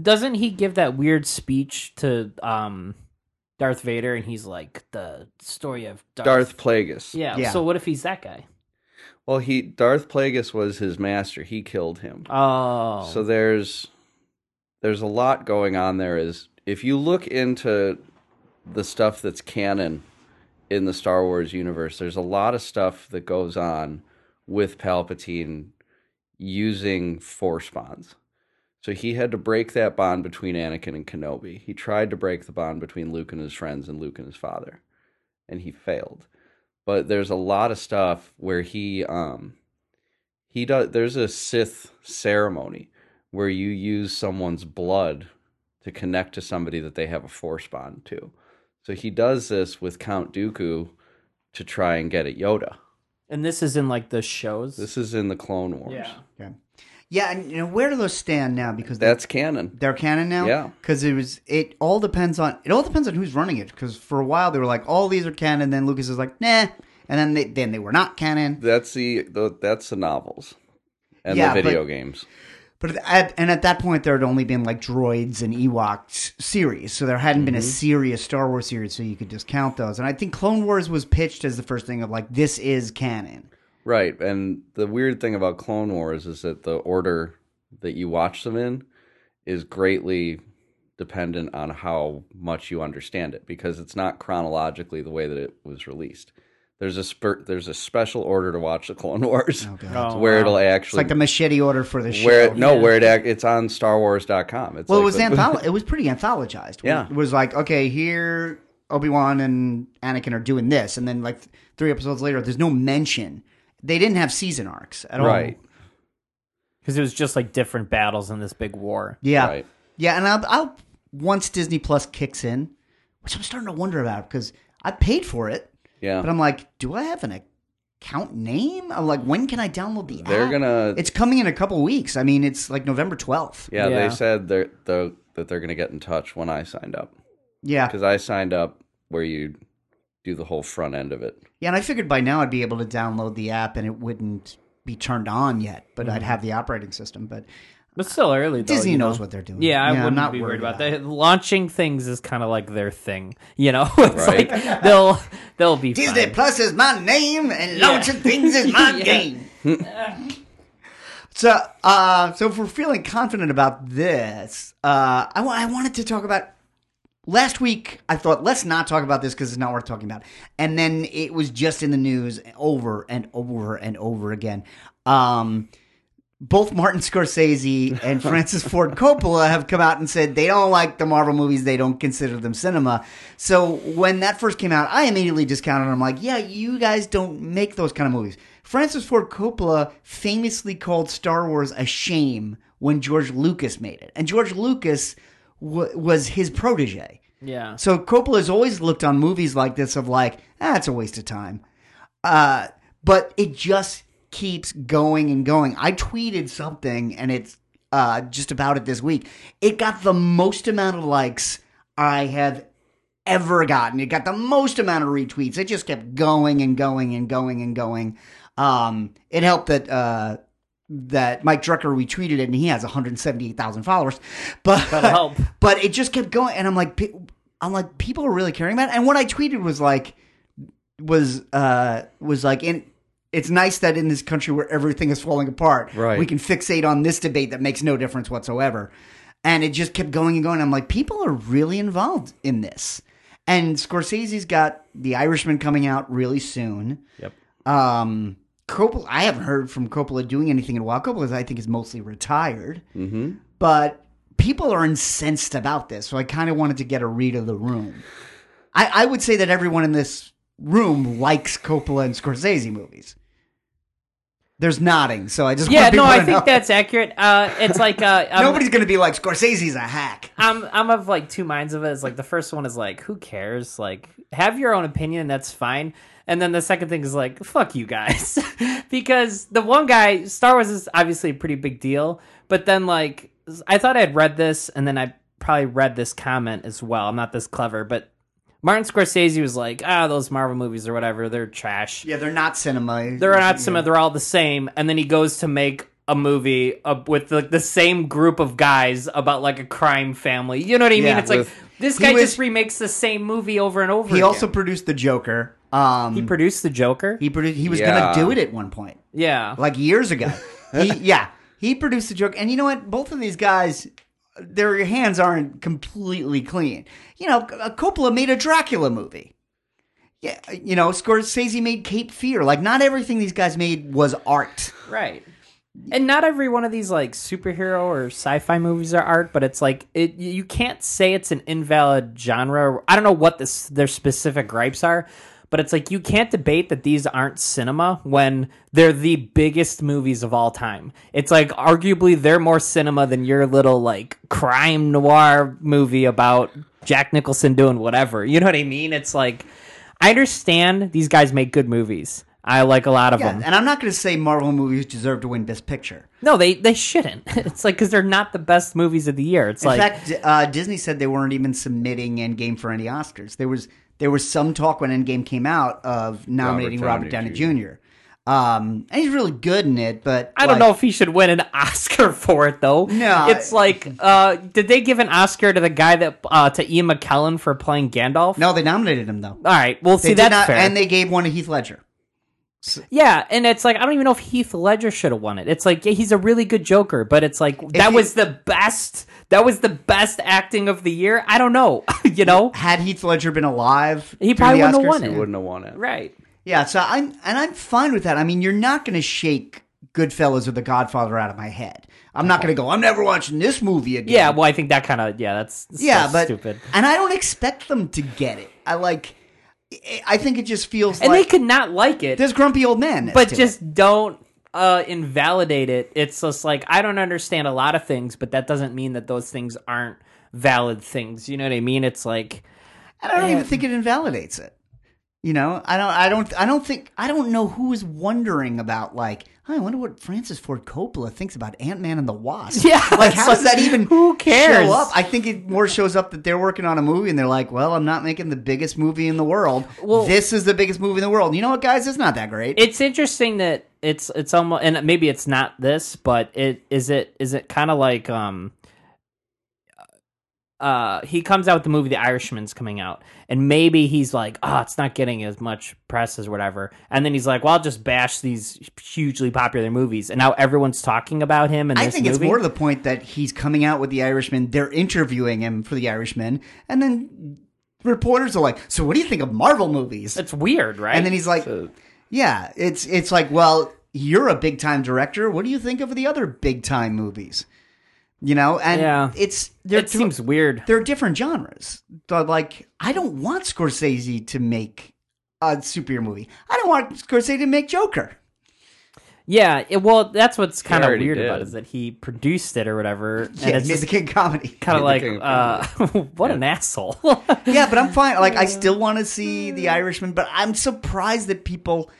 doesn't he give that weird speech to um Darth Vader, and he's like the story of Darth. Darth Plagueis. yeah. Yeah. So what if he's that guy? Well, he Darth Plagueis was his master. He killed him. Oh, So there's there's a lot going on there is if you look into the stuff that's canon in the Star Wars universe, there's a lot of stuff that goes on with Palpatine using force bonds. So he had to break that bond between Anakin and Kenobi. He tried to break the bond between Luke and his friends and Luke and his father, and he failed. But there's a lot of stuff where he um he does there's a Sith ceremony where you use someone's blood to connect to somebody that they have a force bond to. So he does this with Count Dooku to try and get at Yoda. And this is in like the shows. This is in the Clone Wars. yeah. Yeah, and you know, where do those stand now? Because they- That's canon. they're canon now. Yeah. because it was it all depends on it all depends on who's running it. Because for a while they were like all these are canon, then Lucas is like nah, and then they then they were not canon. That's the, the that's the novels and Yeah, the but- video games. But at, and at that point there had only been like droids and Ewoks series, so there hadn't Mm-hmm. been a serious Star Wars series, so you could discount those. And I think Clone Wars was pitched as the first thing of like this is canon. Right. And the weird thing about Clone Wars is that the order that you watch them in is greatly dependent on how much you understand it because it's not chronologically the way that it was released. There's a spur, there's a special order to watch the Clone Wars Oh, where wow. it'll It's actually like the machete order for the show. where it, no where it ac- it's on starwars.com. It's Well, like it was the- antholo- It was pretty anthologized. Yeah. it was like okay, here Obi Wan and Anakin are doing this, and then like th- three episodes later, there's no mention. They didn't have season arcs at all. right. Because it was just like different battles in this big war. Yeah. Right. Yeah, and I'll, I'll once Disney Plus kicks in, which I'm starting to wonder about because I paid for it, Yeah. but I'm like, do I have an account name? I'm like, when can I download the? They're app? going to It's coming in a couple weeks. I mean, it's like November 12th. yeah, Yeah. they said they're, they that they're going to get in touch when I signed up. Yeah. because I signed up where you do the whole front end of it. Yeah, and I figured by now I'd be able to download the app and it wouldn't be turned on yet, but I'd have the operating system. But But still early. Though, Disney Mm-hmm. Oh, you knows know. what they're doing. Yeah, I I'm wouldn't be worried about that. Launching things is kind of like their thing, you know. It's Right. like they'll they'll be Disney fine. Plus is my name, and Yeah. launching things is my Yeah. game. so, uh, so if we're feeling confident about this, uh, I wa- I wanted to talk about last week. I thought let's not talk about this because it's not worth talking about. And then it was just in the news over and over and over again. Um, both Martin Scorsese and Francis Ford Coppola have come out and said they don't like the Marvel movies. They don't consider them cinema. So when that first came out, I immediately discounted. it. I'm like, yeah, you guys don't make those kind of movies. Francis Ford Coppola famously called Star Wars a shame when George Lucas made it, and George Lucas w- was his protege. Yeah, So Coppola's always looked on movies like this of like, ah, it's a waste of time. Uh, but it just keeps going and going. I tweeted something and it's uh, just about it this week. It got the most amount of likes I have ever gotten. It got the most amount of retweets. It just kept going and going and going and going. Um, it helped that uh, that Mike Drucker retweeted it and he has 178,000 followers. But That'll help. but it just kept going and i'm like pe- i'm like people are really caring about it and what i tweeted was like was uh was like in it's nice that in this country where everything is falling apart Right. we can fixate on this debate that makes no difference whatsoever and it just kept going and going i'm like people are really involved in this and scorsese's got the irishman coming out really soon Yep. um Coppola, I haven't heard from Coppola doing anything in a while. Coppola, I think, is mostly retired Mm-hmm. but people are incensed about this. So I kind of wanted to get a read of the room. I, I would say that everyone in this room likes Coppola and Scorsese movies. There's nodding, so I just yeah. want No, people I to know. think that's accurate. Uh, it's like uh, um, nobody's going to be like Scorsese's a hack. I'm I'm of like two minds of it. It's like the first one is like, who cares? Like, have your own opinion, that's fine. And then the second thing is like, fuck you guys, because the one guy, Star Wars is obviously a pretty big deal, but then like, I thought I'd read this, and then I probably read this comment as well. I'm not this clever, but Martin Scorsese was like, ah, those Marvel movies or whatever, they're trash. Yeah, they're not cinema. They're not some. They're all the same. And then he goes to make a movie uh, with like the same group of guys about like a crime family. You know what I mean? Yeah, It's like with- this He guy was- just remakes the same movie over and over. He again. also produced The Joker. Um, he he, produced the Joker. produ- he was going Yeah. to do it at one point. yeah, like years ago. he, yeah, he produced a joke, and you know what? Both of these guys, their hands aren't completely clean. You know, uh, Coppola made a Dracula movie. Yeah, you know, Scorsese made Cape Fear. Like, not everything these guys made was art. right. And not every one of these like superhero or sci-fi movies are art, but it's like it you can't say it's an invalid genre. I don't know what this their specific gripes are, But it's like you can't debate that these aren't cinema when they're the biggest movies of all time. It's like arguably they're more cinema than your little like crime noir movie about Jack Nicholson doing whatever. You know what I mean? It's like I understand these guys make good movies. I like a lot of Yeah, them. and I'm not going to say Marvel movies deserve to win Best Picture. No, they they shouldn't. It's like because they're not the best movies of the year. It's In like fact, uh, Disney said they weren't even submitting Endgame for any Oscars. There was there was some talk when Endgame came out of nominating Robert, Robert Downey, Downey Jr. Um, and he's really good in it, but I don't like, know if he should win an Oscar for it though. No, it's I- like uh, did they give an Oscar to the guy that uh, to Ian McKellen for playing Gandalf? No, they nominated him though. All right, well, They see did that's not- fair. and they gave one to Heath Ledger. yeah, and it's like I don't even know if Heath Ledger should have won it. It's like yeah, he's a really good Joker, but it's like that he- was the best. That was the best acting of the year. I don't know. you know, Had Heath Ledger been alive, He during probably the wouldn't have Oscars, won it. He wouldn't have won it. right? Yeah, so I'm and I'm fine with that. I mean, you're not going to shake Goodfellas or The Godfather out of my head. I'm not going to go. I'm never watching this movie again. Yeah. Well, I think that kind of yeah. That's, that's yeah, but stupid. and I don't expect them to get it. I like. I think it just feels And like they could not like it. there's grumpy old men, but just don't uh invalidate it it's just like i don't understand a lot of things but that doesn't mean that those things aren't valid things you know what i mean it's like and I don't even think it invalidates it. You know, I don't, I don't, I don't think, I don't know who is wondering about like. "Huh, I wonder what Francis Ford Coppola thinks about Ant Man and the Wasp. Yeah, like it's how like, does that even who cares? show up? I think it more shows up that they're working on a movie and they're like, well, I'm not making the biggest movie in the world. Well- this is the biggest movie in the world. You know what, guys? It's not that great. it's interesting that it's it's almost and maybe it's not this but it is it is it kind of like um uh he comes out with the movie the irishman's coming out and maybe he's like oh it's not getting as much press as whatever and then he's like well i'll just bash these hugely popular movies and now everyone's talking about him and I this think it's movie. more to the point that he's coming out with the Irishman. They're interviewing him for the Irishman, and then reporters are like, "So, what do you think of Marvel movies?" It's weird, right? and then he's like, "Yeah, it's it's like, well, you're a big time director. What do you think of the other big time movies?" You know, and Yeah. it's they're it seems weird. they're different genres. They're like, I don't want Scorsese to make a superhero movie. I don't want Scorsese to make Joker. Yeah, it- well, that's what's kind of already weird about it, did. is that he produced it or whatever, and Yeah, it's it's just the kid comedy. kind of like, king of uh, what an asshole. yeah, but I'm fine. Like I still want to see The Irishman, but I'm surprised that people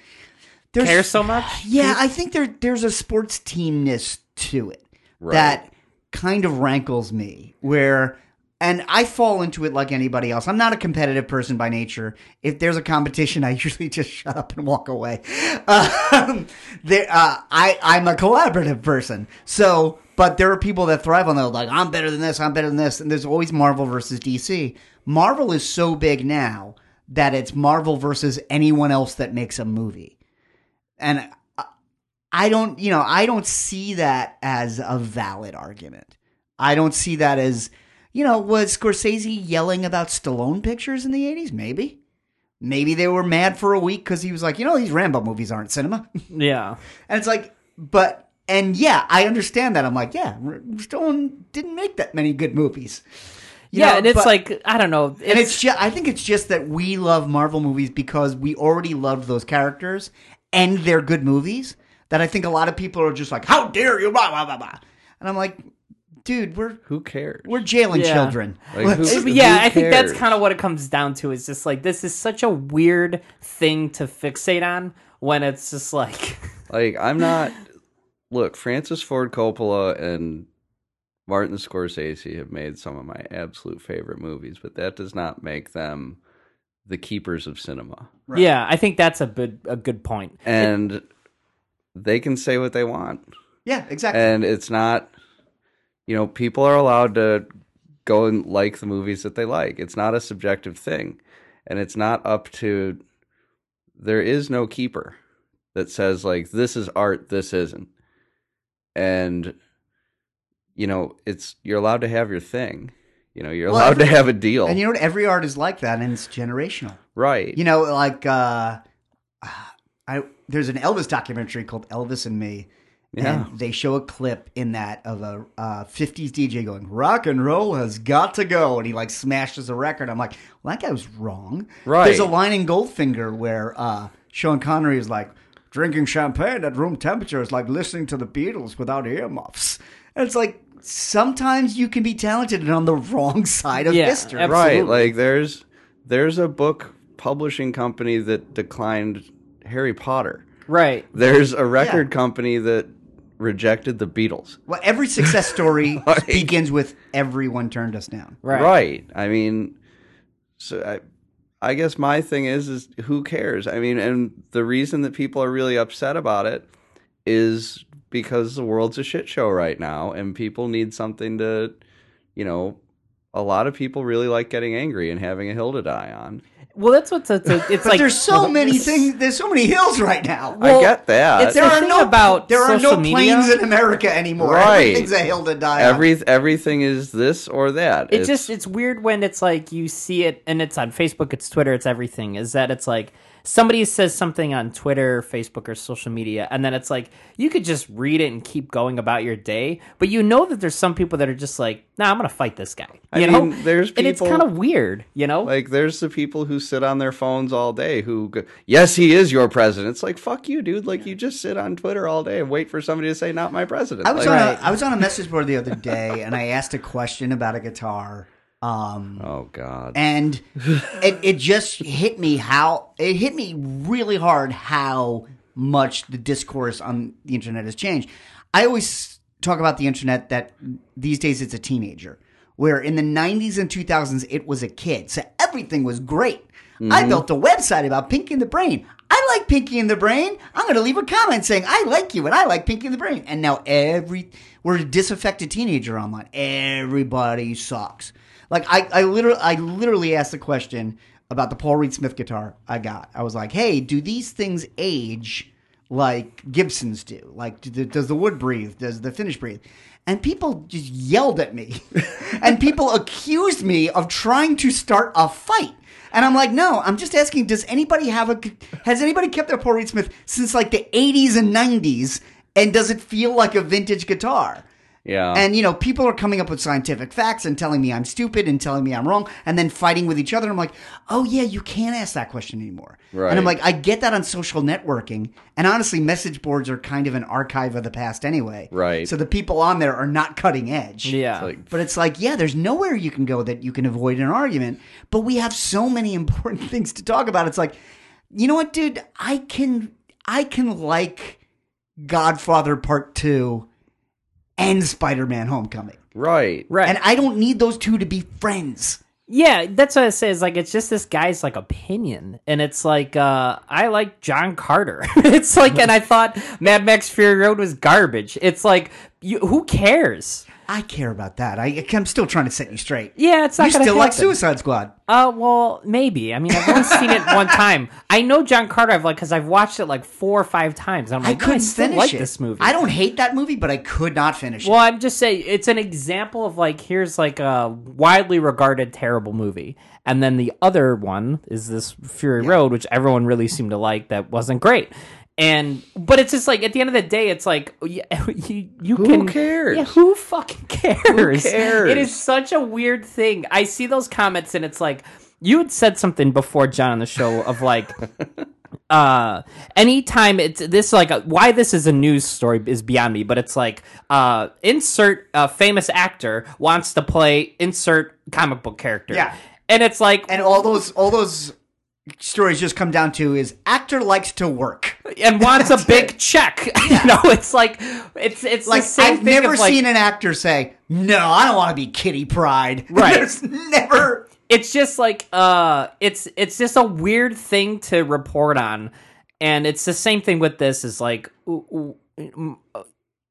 there's, Care so much? Yeah, I think there there's a sports teamness to it Right. that kind of rankles me. Where and I fall into it like anybody else. I'm not a competitive person by nature. If there's a competition, I usually just shut up and walk away. Um, there, uh, I I'm a collaborative person, so. But there are people that thrive on that, like I'm better than this, I'm better than this, and there's always Marvel versus DC. Marvel is so big now that it's Marvel versus anyone else that makes a movie and I- I don't, you know, I don't see that as a valid argument. I don't see that as, you know, was Scorsese yelling about Stallone pictures in the eighties? Maybe, maybe they were mad for a week because he was like, you know, these Rambo movies aren't cinema, and yeah, it's like, but and yeah, I understand that. I'm like, yeah, R- Stallone didn't make that many good movies. You yeah, know, and it's but- like I don't know. and it's just, I think it's just that we love Marvel movies because we already loved those characters and they're good movies. That I think a lot of people are just like, "How dare you?" Blah blah blah blah. And I'm like, dude, we're Who cares? we're jailing Yeah. children. Like, who- But yeah, who I think that's cares? kind of what it comes down to. Is just like this is such a weird thing to fixate on when it's just like Like I'm not. Look, Francis Ford Coppola and Martin Scorsese have made some of my absolute favorite movies, but that does not make them the keepers of cinema. yeah. I think that's a good a good point. And they can say what they want, Yeah, exactly. and it's not. You know, people are allowed to go and like the movies that they like. It's not a subjective thing, and it's not up to. There is no keeper that says like this is art, this isn't, and you know it's you're allowed to have your thing. You know, you're Well, allowed to every- have a deal, and you know what? Every art is like that, and it's generational. right? You know, like uh, I there's an Elvis documentary called Elvis and Me, Yeah. And they show a clip in that of a uh, 50s DJ going, rock and roll has got to go. And he like smashes a record. I'm like, well, that guy was wrong. Right. There's a line in Goldfinger where uh, Sean Connery is like, drinking champagne at room temperature is like listening to the Beatles without earmuffs. And it's like, sometimes you can be talented and on the wrong side of Yeah, history. absolutely. Right. Like there's there's a book publishing company that declined Harry Potter. Right. There's a record company that rejected the Beatles. Well, every success story Like- begins with everyone turned us down. Right. I mean, so I, I guess my thing is, is who cares? I mean, and the reason that people are really upset about it is because the world's a shit show right now, and people need something to, you know, a lot of people really like getting angry and having a hill to die on. Well, that's what's it's, it's But like. there's so many things. There's so many hills right now. I get that. it's- there the are thing no about there are social no media- planes in America anymore. Right. Everything's a hill to die on. Every everything is this or that. It just it's weird when it's like you see it and it's on Facebook, it's Twitter, it's everything. Is that it's like somebody says something on Twitter, Facebook, or social media, and then it's like you could just read it and keep going about your day, but you know that there's some people that are just like, nah, I'm gonna fight this guy. You I know, mean, there's and it's people- kind of weird, you know. Like there's the people who sit on their phones all day who go, yes, he is your president. It's like fuck you, dude. Like you just sit on Twitter all day and wait for somebody to say not my president. I was Like, on a, I was on a message board the other day, and I asked a question about a guitar. Um, Oh god. and it, it just hit me how it hit me really hard how much the discourse on the internet has changed. I always talk about the internet that these days it's a teenager, where in the 90s and 2000s it was a kid, so everything was great. I built a website about Pinky and the Brain. I like Pinky and the Brain. I'm going to leave a comment saying I like you and I like Pinky and the Brain. And now every we're a disaffected teenager online. Everybody sucks. Like I, I literally, I literally asked the question about the Paul Reed Smith guitar I got. I was like, "Hey, do these things age like Gibsons do? Like, do the, does the wood breathe? Does the finish breathe?" And people just yelled at me, and people accused me of trying to start a fight. And I'm like, no, I'm just asking, does anybody have a, has anybody kept their Paul Reed Smith since like the 80s and 90s? And does it feel like a vintage guitar? yeah. And you know, people are coming up with scientific facts and telling me I'm stupid and telling me I'm wrong, and then fighting with each other. I'm like, oh yeah, you can't ask that question anymore. Right. And I'm like, I get that on social networking, and honestly, message boards are kind of an archive of the past anyway. Right. So the people on there are not cutting edge. yeah, like, But it's like, yeah, there's nowhere you can go that you can avoid an argument. But we have so many important things to talk about. It's like, you know what, dude? I can I can like Godfather Part Two and Spider Man Homecoming. right. right. And I don't need those two to be friends. Yeah, that's what I say. Is like it's just this guy's like opinion, and it's like uh I like John Carter. it's like, and I thought Mad Max Fury Road was garbage. It's like, you, who cares? I care about that. I, I'm still trying to set you straight. Yeah, it's not you gonna still like happen. Suicide Squad. Uh, well, maybe. I mean, I've only seen it one time. I know John Carter. I've like because I've watched it like four or five times. And I'm I like, "No, I couldn't still finish like it. this movie. I don't hate that movie, but I could not finish Well, it. I'm just saying it's an example of like here's like a widely regarded terrible movie, and then the other one is this Fury Road, which everyone really seemed to like that wasn't great. And but it's just like at the end of the day, it's like you, you, you Who can cares? Yeah, who fucking cares? cares? It is such a weird thing. I see those comments and it's like you had said something before John on the show of like uh anytime it's this like uh, why this is a news story is beyond me but it's like uh insert a famous actor wants to play insert comic book character Yeah. and it's like and, And all those all those stories just come down to is actor likes to work. wants a big check you know it's like it's it's Like the same I've thing never of, like, seen an actor say, "No, I don't want to be Kitty Pride." Right. There's never. it's just like uh it's it's just a weird thing to report on and it's the same thing with this is like ooh, ooh, mm, uh,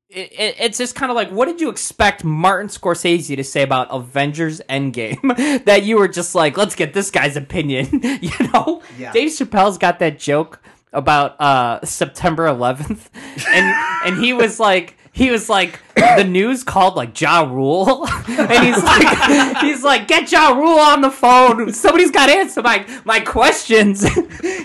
it, it- it's just kind of like what did you expect martin scorsese to say about avengers endgame that you were just like let's get this guy's opinion you know Yeah. dave chappelle's got that joke about uh september 11th and and he was like he was like the news called like Ja Rule, and he's like he's like get Ja Rule on the phone. Somebody's got to answer my my questions,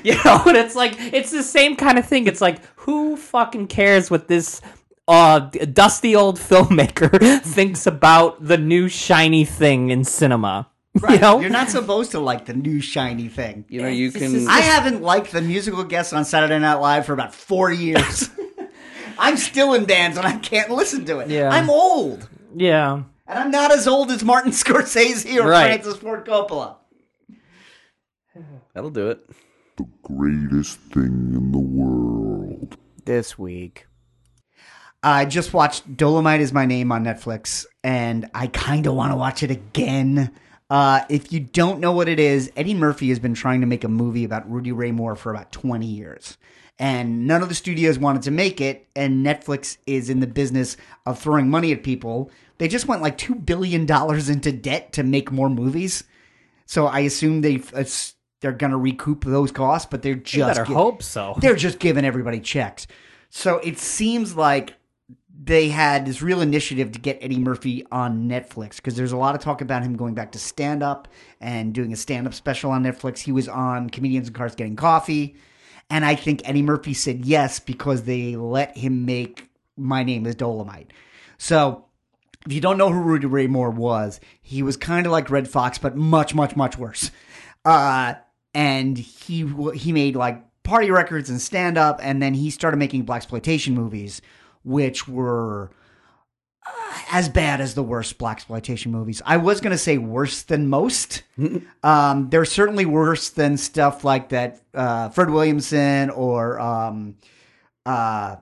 you know. And it's like it's the same kind of thing. It's like who fucking cares what this uh, dusty old filmmaker thinks about the new shiny thing in cinema. You know? You're not supposed to like the new shiny thing. You know, you This can. is- I haven't liked the musical guest on Saturday Night Live for about four years. I'm still in bands and I can't listen to it. Yeah. I'm old. yeah. And I'm not as old as Martin Scorsese or Right. Francis Ford Coppola. That'll do it. greatest thing in the world. This week. I just watched Dolomite is My Name on Netflix, and I kind of want to watch it again. Uh, if you don't know what it is, Eddie Murphy has been trying to make a movie about Rudy Ray Moore for about 20 years. And none of the studios wanted to make it, and Netflix is in the business of throwing money at people. They just went like $2 billion into debt to make more movies. So I assume they it's, they're going to recoup those costs, but they're just. Better gi- hope so. they're just giving everybody checks. So it seems like they had this real initiative to get Eddie Murphy on Netflix because there's a lot of talk about him going back to stand up and doing a stand up special on Netflix. He was on Comedians in Cars Getting Coffee. And I think Eddie Murphy said yes because they let him make My Name is Dolomite. So if you don't know who Rudy Ray Moore was, he was kind of like Red Fox, but much, much, much worse. Uh, and he w- he made like party records and stand up, and then he started making black exploitation movies, which were uh, as bad as the worst black exploitation movies. I was gonna say worse than most. um, they're certainly worse than stuff like that uh, Fred Williamson or um, uh,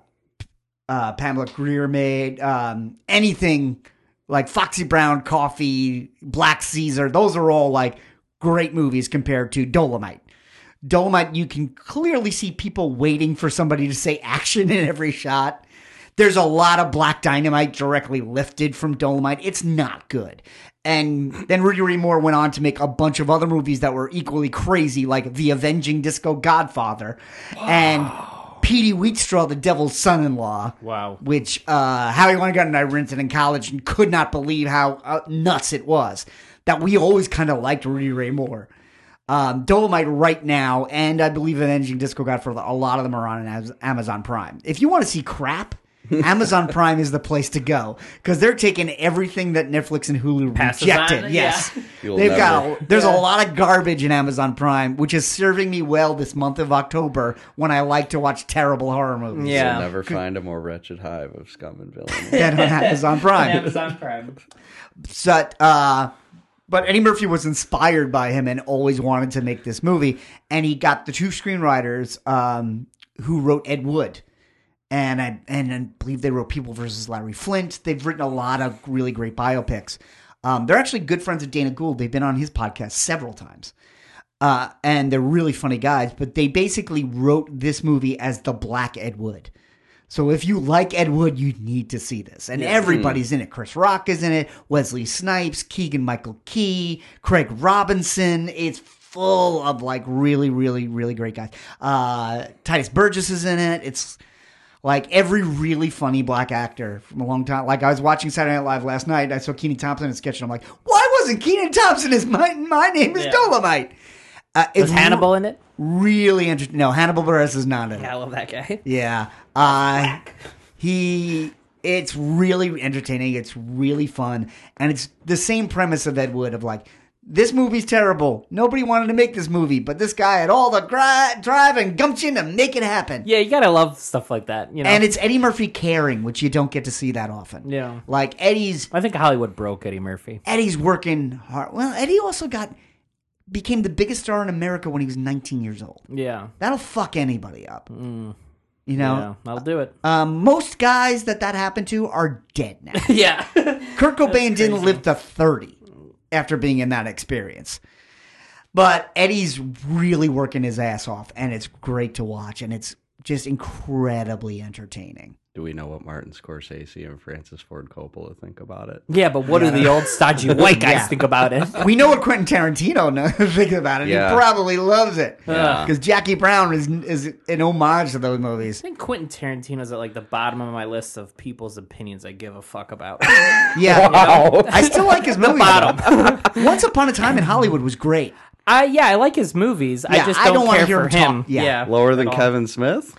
uh, Pamela Greer made, um, anything like Foxy Brown, Coffee, Black Caesar. Those are all like great movies compared to Dolomite. Dolomite, you can clearly see people waiting for somebody to say action in every shot. There's a lot of black dynamite directly lifted from Dolomite. It's not good. And then Rudy Ray Moore went on to make a bunch of other movies that were equally crazy, like The Avenging Disco Godfather and Petey Wheatstraw, the Devil's Son-in-Law Wow. which uh, Howie Weingarten and I rented in college and could not believe how uh, nuts it was. That we always kind of liked Rudy Ray Moore. Um, Dolomite right now, and I believe Avenging Disco Godfather, a lot of them are on Amaz- Amazon Prime. If you want to see crap, Amazon Prime is the place to go because they're taking everything that Netflix and Hulu Passes rejected. on, yes, yeah. You'll they've never- got a, there's a lot of garbage in Amazon Prime, which is serving me well this month of October when I like to watch terrible horror movies. Yeah. You'll never find a more wretched hive of scum and villainy. than on Amazon Prime. Amazon Prime. So, uh, but Eddie Murphy was inspired by him and always wanted to make this movie. And he got the two screenwriters um, who wrote Ed Wood. And I, and I believe they wrote People versus Larry Flint. They've written a lot of really great biopics. Um, they're actually good friends of Dana Gould. They've been on his podcast several times. Uh, and they're really funny guys, but they basically wrote this movie as the Black Ed Wood. So if you like Ed Wood, you need to see this. And everybody's in it. Chris Rock is in it, Wesley Snipes, Keegan Michael Key, Craig Robinson. It's full of like really, really, really great guys. Uh, Titus Burgess is in it. It's like every really funny black actor from a long time. Like I was watching Saturday Night Live last night. I saw Keenan Thompson in a sketch, and I'm like, why wasn't Keenan Thompson? Is my my name is Yeah. Dolomite. Uh, Was Hannibal in it? really interesting? No, Hannibal Buress is not in it. I love that guy. Yeah. Uh, he. It's really entertaining. It's really fun, and it's the same premise of Ed Wood of like. This movie's terrible. Nobody wanted to make this movie, but this guy had all the gri- drive and gumption to make it happen. Yeah, you gotta love stuff like that. You know, And it's Eddie Murphy caring, which you don't get to see that often. Yeah. Like Eddie's I think Hollywood broke Eddie Murphy. Eddie's working hard. Well, Eddie also got became the biggest star in America when he was 19 years old. Yeah, That'll fuck anybody up. You know, yeah, I'll do it. um, most guys that that happened to are dead now. yeah, Kurt Cobain didn't live to 30 after being in that experience. But Eddie's really working his ass off, and it's great to watch, and it's just incredibly entertaining. Do we know what Martin Scorsese and Francis Ford Coppola think about it? yeah. But what do the old stodgy white guys think about it? We know what Quentin Tarantino knows, thinks about it. Yeah. He probably loves it Yeah. because Jackie Brown is is an homage to those movies. I think Quentin Tarantino's at like the bottom of my list of people's opinions I give a fuck about. Yeah, Wow. I still like his movies. though. Once upon a time in Hollywood was great. I yeah, I like his movies. I Yeah, just I don't, don't wanna care hear for him talk. him. Yeah. Lower than Kevin Smith?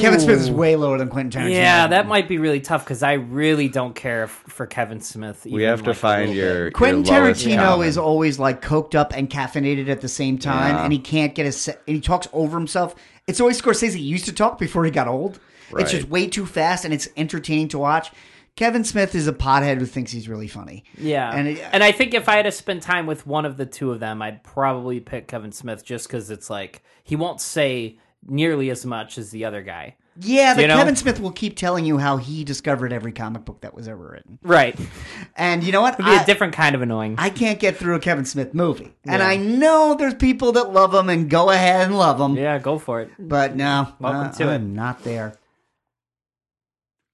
Kevin Smith is way lower than Quentin Tarantino. Yeah, that might be really tough because I really don't care f- for Kevin Smith. We even, have to like, a find little bit. your Quentin your lowest Tarantino common. is always like coked up and caffeinated at the same time, and he can't get his. And he talks over himself. It's always Scorsese used to talk before he got old. It's just Right. way too fast, and it's entertaining to watch. Kevin Smith is a pothead who thinks he's really funny. Yeah, and uh, and, it- I think if I had to spend time with one of the two of them, I'd probably pick Kevin Smith just because it's like he won't say nearly as much as the other guy. Yeah, but You know? Kevin Smith will keep telling you how he discovered every comic book that was ever written. Right, it'd And you know what? be a I- different kind of annoying. I can't get through a Kevin Smith movie. And I know there's people that love him and go ahead and love him. yeah, go for it. But no, Welcome uh, to it. I'm not there.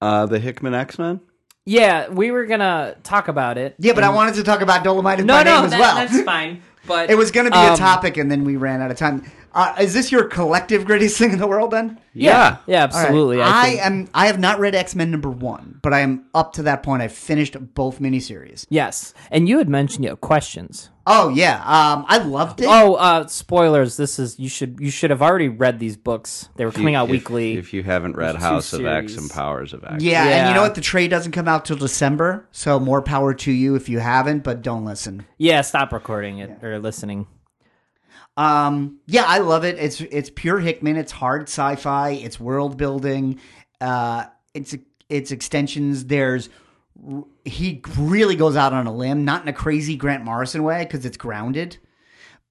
uh, the Hickman X Men. Yeah, we were gonna talk about it. Yeah, but I wanted to talk about Dolomite and no, My no, Name as that- well. that's fine. But it was going to be a um, topic, and then we ran out of time. Uh, is this your collective greatest thing in the world, then? Yeah, yeah, All right. absolutely. I, think- am. I have not read X Men number one, but I am up to that point. I've finished both miniseries. Yes, and you had mentioned you have questions. Oh yeah, um, I loved it. Oh, uh, spoilers! This is you should you should have already read these books. They were If you- coming out if- weekly. If you haven't read two House of X series. and Powers of X, Yeah, and you Yeah. know what? The trade doesn't come out till December, so more power to you if you haven't. But don't listen. yeah, stop recording it or listening. Um, yeah, I love it. It's it's pure Hickman. It's hard sci-fi. It's world building. Uh, it's it's extensions. There's he really goes out on a limb, not in a crazy Grant Morrison way because it's grounded,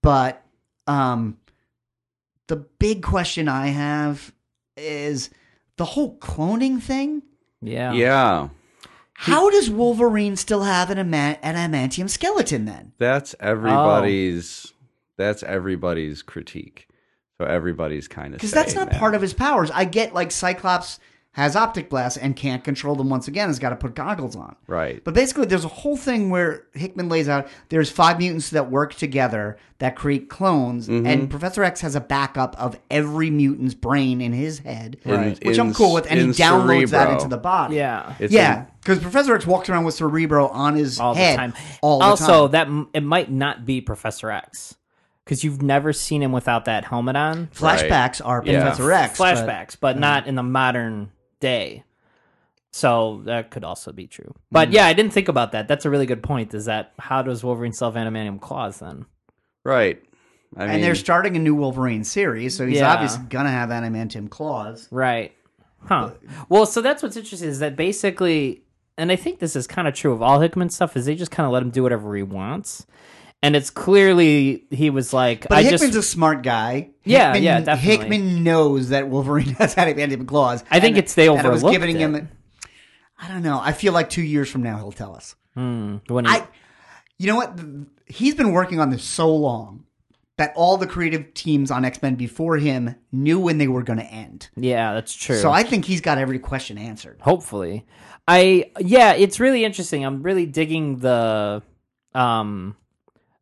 but um, the big question I have is the whole cloning thing. Yeah, yeah, How does Wolverine still have an, ama- an adamantium skeleton then? that's everybody's. That's everybody's critique. So everybody's kind of Because that's not part of his powers. I get like Cyclops has optic blasts and can't control them once again, has got to put goggles on. right. But basically, there's a whole thing where Hickman lays out there's five mutants that work together that create clones, Mm-hmm. and Professor X has a backup of every mutant's brain in his head, Right. which I'm In- cool with, and he in downloads that Cerebro. into the body. yeah. It's yeah, because Professor X walks around with Cerebro on his all head the time. all the time. also, that m- it might not be Professor X because you've never seen him without that helmet on. flashbacks are Yeah. Professor X. but- Flashbacks, but not in the modern day. So that could also be true. But Mm. yeah, I didn't think about that. That's a really good point. Is that how does Wolverine self animanium claws then? Right. I mean, and they're starting a new Wolverine series, so he's Yeah. obviously gonna have adamantium claws. Right. Huh. Well, so that's what's interesting is that basically, and I think this is kind of true of all Hickman stuff, is they just kind of let him do whatever he wants. And it's clearly he was like, But I Hickman's just. a smart guy. Yeah, Hickman, yeah, definitely. Hickman knows that Wolverine has adamantium claws. I think and- it's they and was overlooked giving him. it. I don't know. I feel like two years from now he'll tell us. when he- I, you know what? He's been working on this so long that all the creative teams on X Men before him knew when they were going to end. yeah, that's true. So I think he's got every question answered. hopefully i yeah it's really interesting i'm really digging the um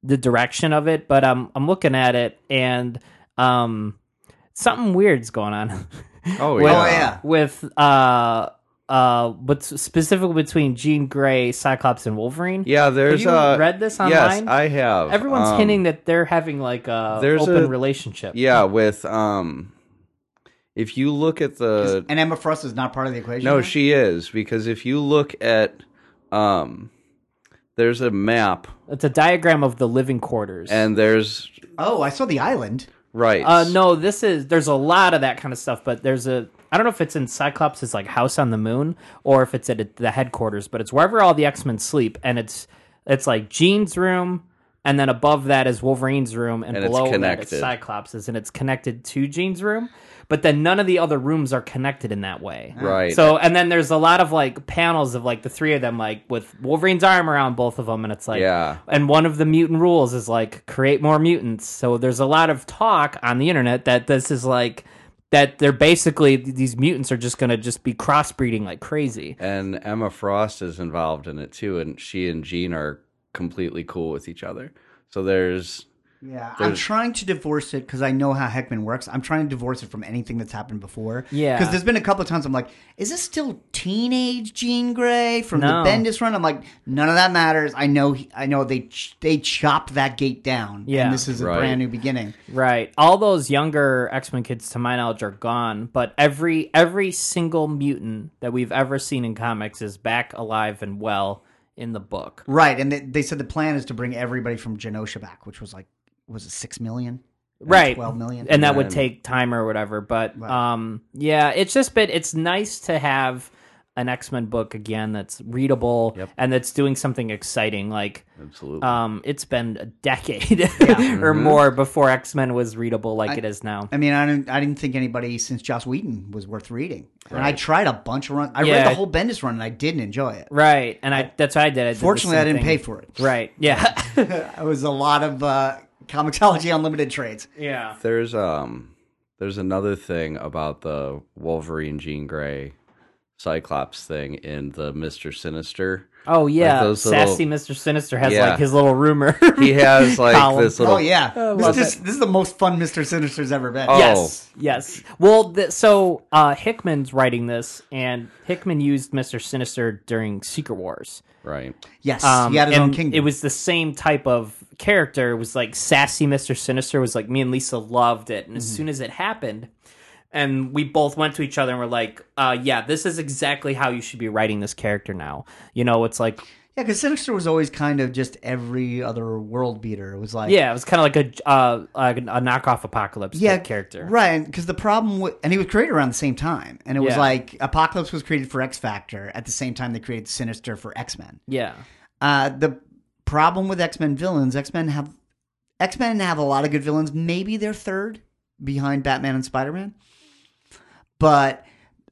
the direction of it but i'm i'm looking at it and um something weird's going on oh with, yeah. Oh, yeah. with uh uh but specifically between jean gray cyclops and wolverine Yeah, there's you uh, read this Yes, online? I have. everyone's Um, hinting that they're having like a there's open a- relationship Yeah, with um, if you look at the And Emma Frost is not part of the equation. no, now? she is because if you look at um, there's a map it's a diagram of the living quarters and there's Oh, I saw the island. right. Uh, no, this is there's a lot of that kind of stuff, but there's a I don't know if it's in Cyclops' like house on the moon or if it's at the headquarters, but it's wherever all the X Men sleep, and it's it's like Jean's room, and then above that is Wolverine's room, and, And it's below that is connected. Cyclops's, and it's connected to Jean's room, but then none of the other rooms are connected in that way, Ah. Right. So and then there's a lot of like panels of like the three of them like with Wolverine's arm around both of them, and it's like Yeah. and one of the mutant rules is like create more mutants. So there's a lot of talk on the internet that this is like that they're basically these mutants are just gonna just be crossbreeding like crazy. and Emma Frost is involved in it too, and she and Jean are completely cool with each other. So there's Yeah, I'm There's- trying to divorce it because I know how Heckman works. I'm trying to divorce it from anything that's happened before. Yeah. because there's been a couple of times I'm like, is this still teenage Jean Grey from No. the Bendis run? I'm like, none of that matters. I know, he, I know they ch- they chopped that gate down. Yeah. and this is a Right. brand new beginning. Right. All those younger X Men kids, to my knowledge, are gone. But every every single mutant that we've ever seen in comics is back alive and well in the book. Right, and they, they said the plan is to bring everybody from Genosha back, which was like, was it six million? right. twelve million. and that would Right. take time or whatever. But Right. um, yeah, it's just been it's nice to have an X Men book again that's readable and that's doing something exciting. Like Absolutely. Mm-hmm. um, it's been a decade or more before X Men was readable like it is now. I mean, I didn't, I didn't think anybody since Joss Whedon was worth reading. And I tried a bunch of runs. I Yeah. read the whole Bendis run and I didn't enjoy it. Right, and I that's what I did. I did the Fortunately, I same didn't thing. pay for it. Right. Yeah. It was a lot of uh, Comixology Unlimited trades. yeah. There's um there's another thing about the Wolverine Jean Grey Cyclops thing in the Mr. Sinister. Oh yeah. those little- Sassy Mr. Sinister has Yeah. like his little rumor. He has like Column. this little oh yeah, love this, this, this is the most fun Mister Sinister's ever been. Oh. Yes. Yes. Well, th- so uh, Hickman's writing this, and Hickman used Mister Sinister during Secret Wars. right. Yes, he had his Um, and own kingdom. It was the same type of character. It was like sassy Mister Sinister was like me and Lisa loved it, and as Mm-hmm. soon as it happened, and we both went to each other and were like, uh, "Yeah, this is exactly how you should be writing this character now." You know, it's like yeah, because Sinister was always kind of just every other world beater. It was like yeah, it was kind of like a uh, like a knockoff Apocalypse yeah, type character. Right, because the problem with and he was created around the same time, and it was Yeah. like Apocalypse was created for X Factor at the same time they created Sinister for X Men. Yeah. Uh, the problem with X Men villains, X Men have X Men have a lot of good villains. Maybe they're third behind Batman and Spider Man, but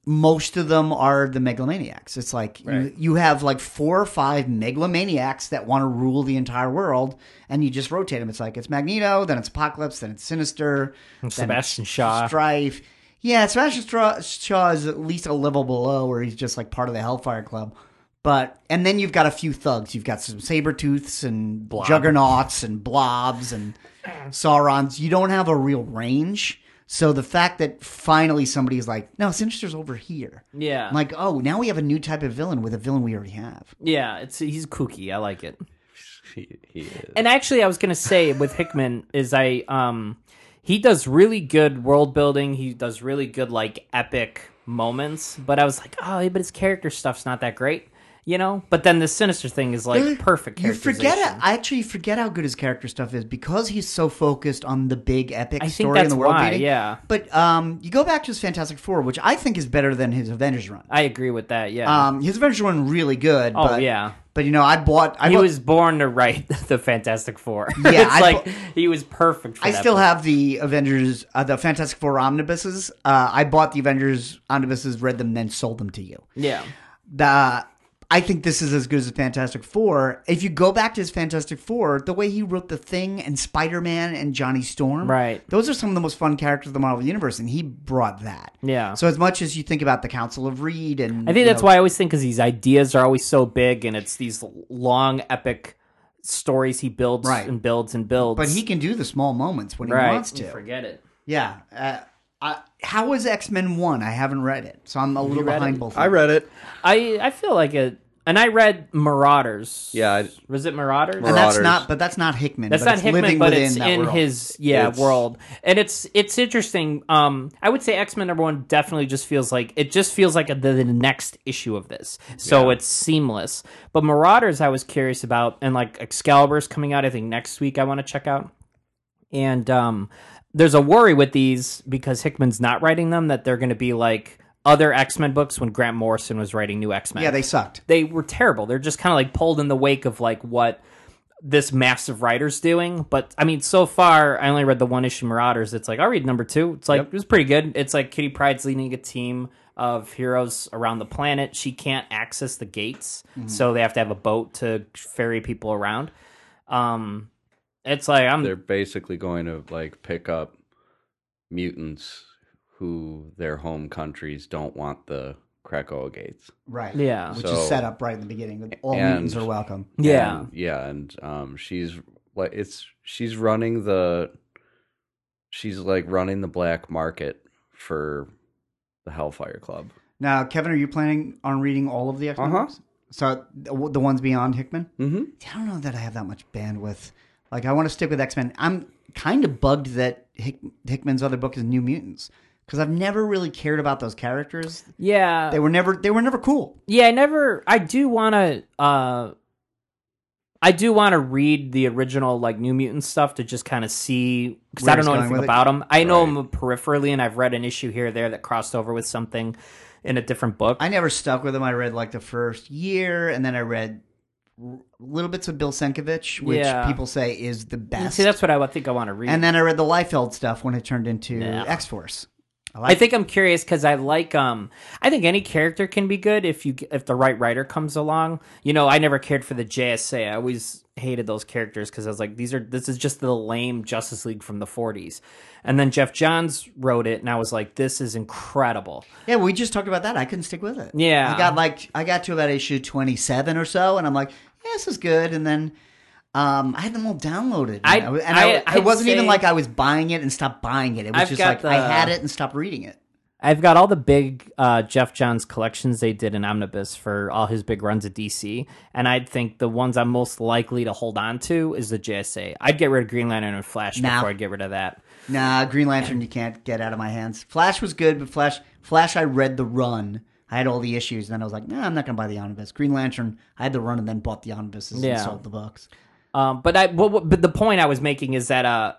most of them are the megalomaniacs. It's like you, you have like four or five megalomaniacs that want to rule the entire world, and you just rotate them. It's like it's Magneto, then it's Apocalypse, then it's Sinister, then Sebastian it's Shaw. Strife. Yeah, Sebastian Stra- Shaw is at least a level below where he's just like part of the Hellfire Club. But and then you've got a few thugs. You've got some saber tooths and juggernauts and blobs and Saurons. You don't have a real range. So the fact that finally somebody's like, no, Sinister's over here. Yeah. I'm like, oh, now we have a new type of villain with a villain we already have. Yeah, it's he's kooky. I like it. He, he is. And actually, I was gonna say with Hickman is I um he does really good world building. He does really good like epic moments. But I was like, oh, but his character stuff's not that great, you know. But then the sinister thing is like perfect. Eh, You forget it. characterization. I actually forget how good his character stuff is because he's so focused on the big epic I think story that's and the world why. beating. Yeah, But um, you go back to his Fantastic Four, which I think is better than his Avengers run. I agree with that. Yeah. Um, his Avengers run really good. oh but, yeah. But you know, I bought. I He bought- was born to write the Fantastic Four. Yeah, it's I like bu- he was perfect. For I that still book. have the Avengers, uh, the Fantastic Four omnibuses. Uh, I bought the Avengers omnibuses, read them, then sold them to you. Yeah. The I think this is as good as the Fantastic Four. If you go back to his Fantastic Four, the way he wrote the Thing and Spider Man and Johnny Storm, Right. Those are some of the most fun characters of the Marvel universe, and he brought that. Yeah. So as much as you think about the Council of Reed, and I you think that's know, why I always think because these ideas are always so big, and it's these l- long epic stories he builds Right. and builds and builds. but he can do the small moments when right, he wants to. You forget it. Yeah. Uh, I, how was X Men One? I haven't read it, so I'm a little read behind it? both. Of I them. read it. I I feel like it, and I read Marauders. Yeah, I- was it Marauders? and Marauders. that's not, but that's not Hickman. That's but not it's Hickman, living but within it's that in world. his yeah It's- world, and it's it's interesting. Um, I would say X Men number one definitely just feels like it just feels like the, the next issue of this, so it's seamless. But Marauders, I was curious about, and like Excalibur's coming out, I think next week. I want to check out, and um, there's a worry with these because Hickman's not writing them that they're going to be like other X Men books when Grant Morrison was writing new X Men Yeah, they sucked. they were terrible. They're just kind of like pulled in the wake of like what this massive writer's doing. But I mean, so far I only read the one issue Marauders. It's like I'll read number two. It's like it was pretty good. It's like Kitty Pride's leading a team of heroes around the planet. She can't access the gates, so they have to have a boat to ferry people around. Um, it's like I'm They're basically going to like pick up mutants who their home countries don't want the Krakoa gates. Right. Yeah. Which So- is set up right in the beginning. All And- mutants are welcome. yeah. And- yeah, and um, she's like it's she's running the she's like running the black market for the Hellfire Club. Now, Kevin, are you planning on reading all of the X Men Uh-huh. books? So the w- the ones beyond Hickman? Mm-hmm. I don't know that I have that much bandwidth. Like, I want to stick with X Men. I'm kind of bugged that Hick- Hickman's other book is New Mutants because I've never really cared about those characters. Yeah. They were never they were never cool. Yeah, I never. I do want to. Uh, I do want to read the original like New Mutant stuff to just kind of see because Where I don't he's know going anything with it. about them. I know them peripherally, and I've read an issue here or there that crossed over with something in a different book. I never stuck with them. I read like the first year, and then I read r- little bits of Bill Senkovich, which Yeah. people say is the best. see, that's what I would think I want to read. and then I read the Liefeld stuff when it turned into Yeah. X Force. I think I'm curious because I like um I think any character can be good if you if the right writer comes along. You know, I never cared for the JSA. I always hated those characters because I was like, these are this is just the lame Justice League from the 40s. And then Jeff Johns wrote it, and I was like, this is incredible. Yeah, we just talked about that. I couldn't stick with it. Yeah. I got like I got to about issue twenty seven or so, and I'm like, yeah, this is good. And then um, I had them all downloaded. I- and I, and I, I- I I'd wasn't even say- like I was buying it and stopped buying it. It was I've just got like I the- had it and stopped reading it. I've got all the big uh, Jeff Johns collections they did in Omnibus for all his big runs at DC, and I'd think the ones I'm most likely to hold on to is the JSA. I'd get rid of Green Lantern and Flash Nah. before I'd get rid of that. Nah, Green Lantern, you can't get out of my hands. Flash was good, but Flash, Flash, I read the run. I had all the issues, and then I was like, nah, I'm not gonna buy the omnibus. Green Lantern, I had the run and then bought the omnibuses and Yeah. sold the books. Um, but I but, what- but the point I was making is that uh,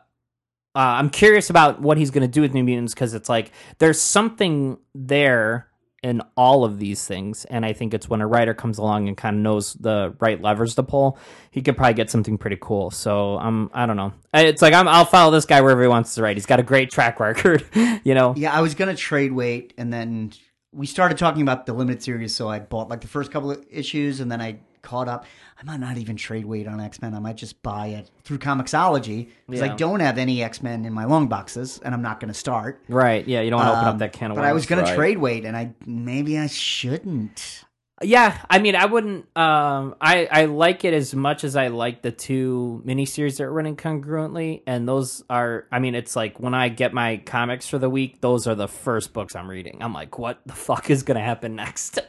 uh, I'm curious about what he's going to do with New Mutants because it's like there's something there in all of these things, and I think it's when a writer comes along and kind of knows the right levers to pull, he could probably get something pretty cool. So um, I don't know. I- It's like I'm, I'll follow this guy wherever he wants to write. He's got a great track record, you know. Yeah, I was gonna trade weight, and then we started talking about the limited series, so I bought like the first couple of issues, and then I caught up. I might not even trade weight on X Men. I might just buy it through Comixology because I Yeah. don't have any X Men in my long boxes, and I'm not gonna start. Right? Yeah, you don't want to open Um, up that can of But I worms. was gonna Right. trade weight, and I maybe I shouldn't. Yeah, I mean, I wouldn't. Um, I I like it as much as I like the two miniseries that are running congruently, and those are. I mean, it's like when I get my comics for the week, those are the first books I'm reading. I'm like, what the fuck is gonna happen next?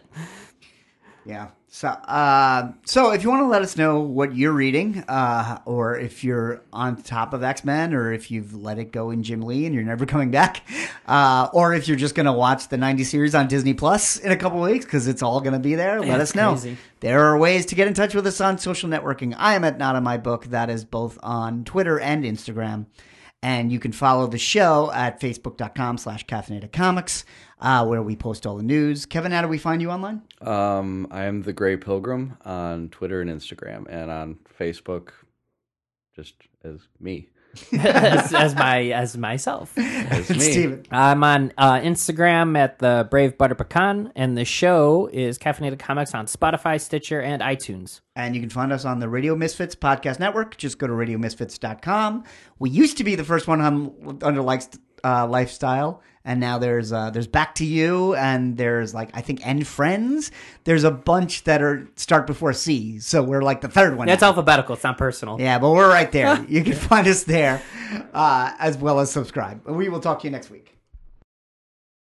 Yeah. So, uh, so if you want to let us know what you're reading, uh, or if you're on top of X Men, or if you've let it go in Jim Lee and you're never coming back, uh, or if you're just going to watch the 90 series on Disney Plus in a couple weeks because it's all going to be there, let us it's know. crazy. There are ways to get in touch with us on social networking. I am at Not on My Book. That is both on Twitter and Instagram. And you can follow the show at facebook.com slash caffeinated comics, uh, where we post all the news. Kevin, how do we find you online? Um, I am the Gray Pilgrim on Twitter and Instagram, and on Facebook, just as me. as, as my as myself, As me. Steven. I'm on uh, Instagram at the Brave Butter Pecan, and the show is Caffeinated Comics on Spotify, Stitcher, and iTunes. And you can find us on the Radio Misfits Podcast Network. Just go to radiomisfits.com. We used to be the first one on, under likes, uh, lifestyle. And now there's uh, there's Back to You and there's like I think End Friends. There's a bunch that are start before C. So we're like the third one. That's now. alphabetical. It's not personal. Yeah, but we're right there. you can find us there uh, as well as subscribe. We will talk to you next week.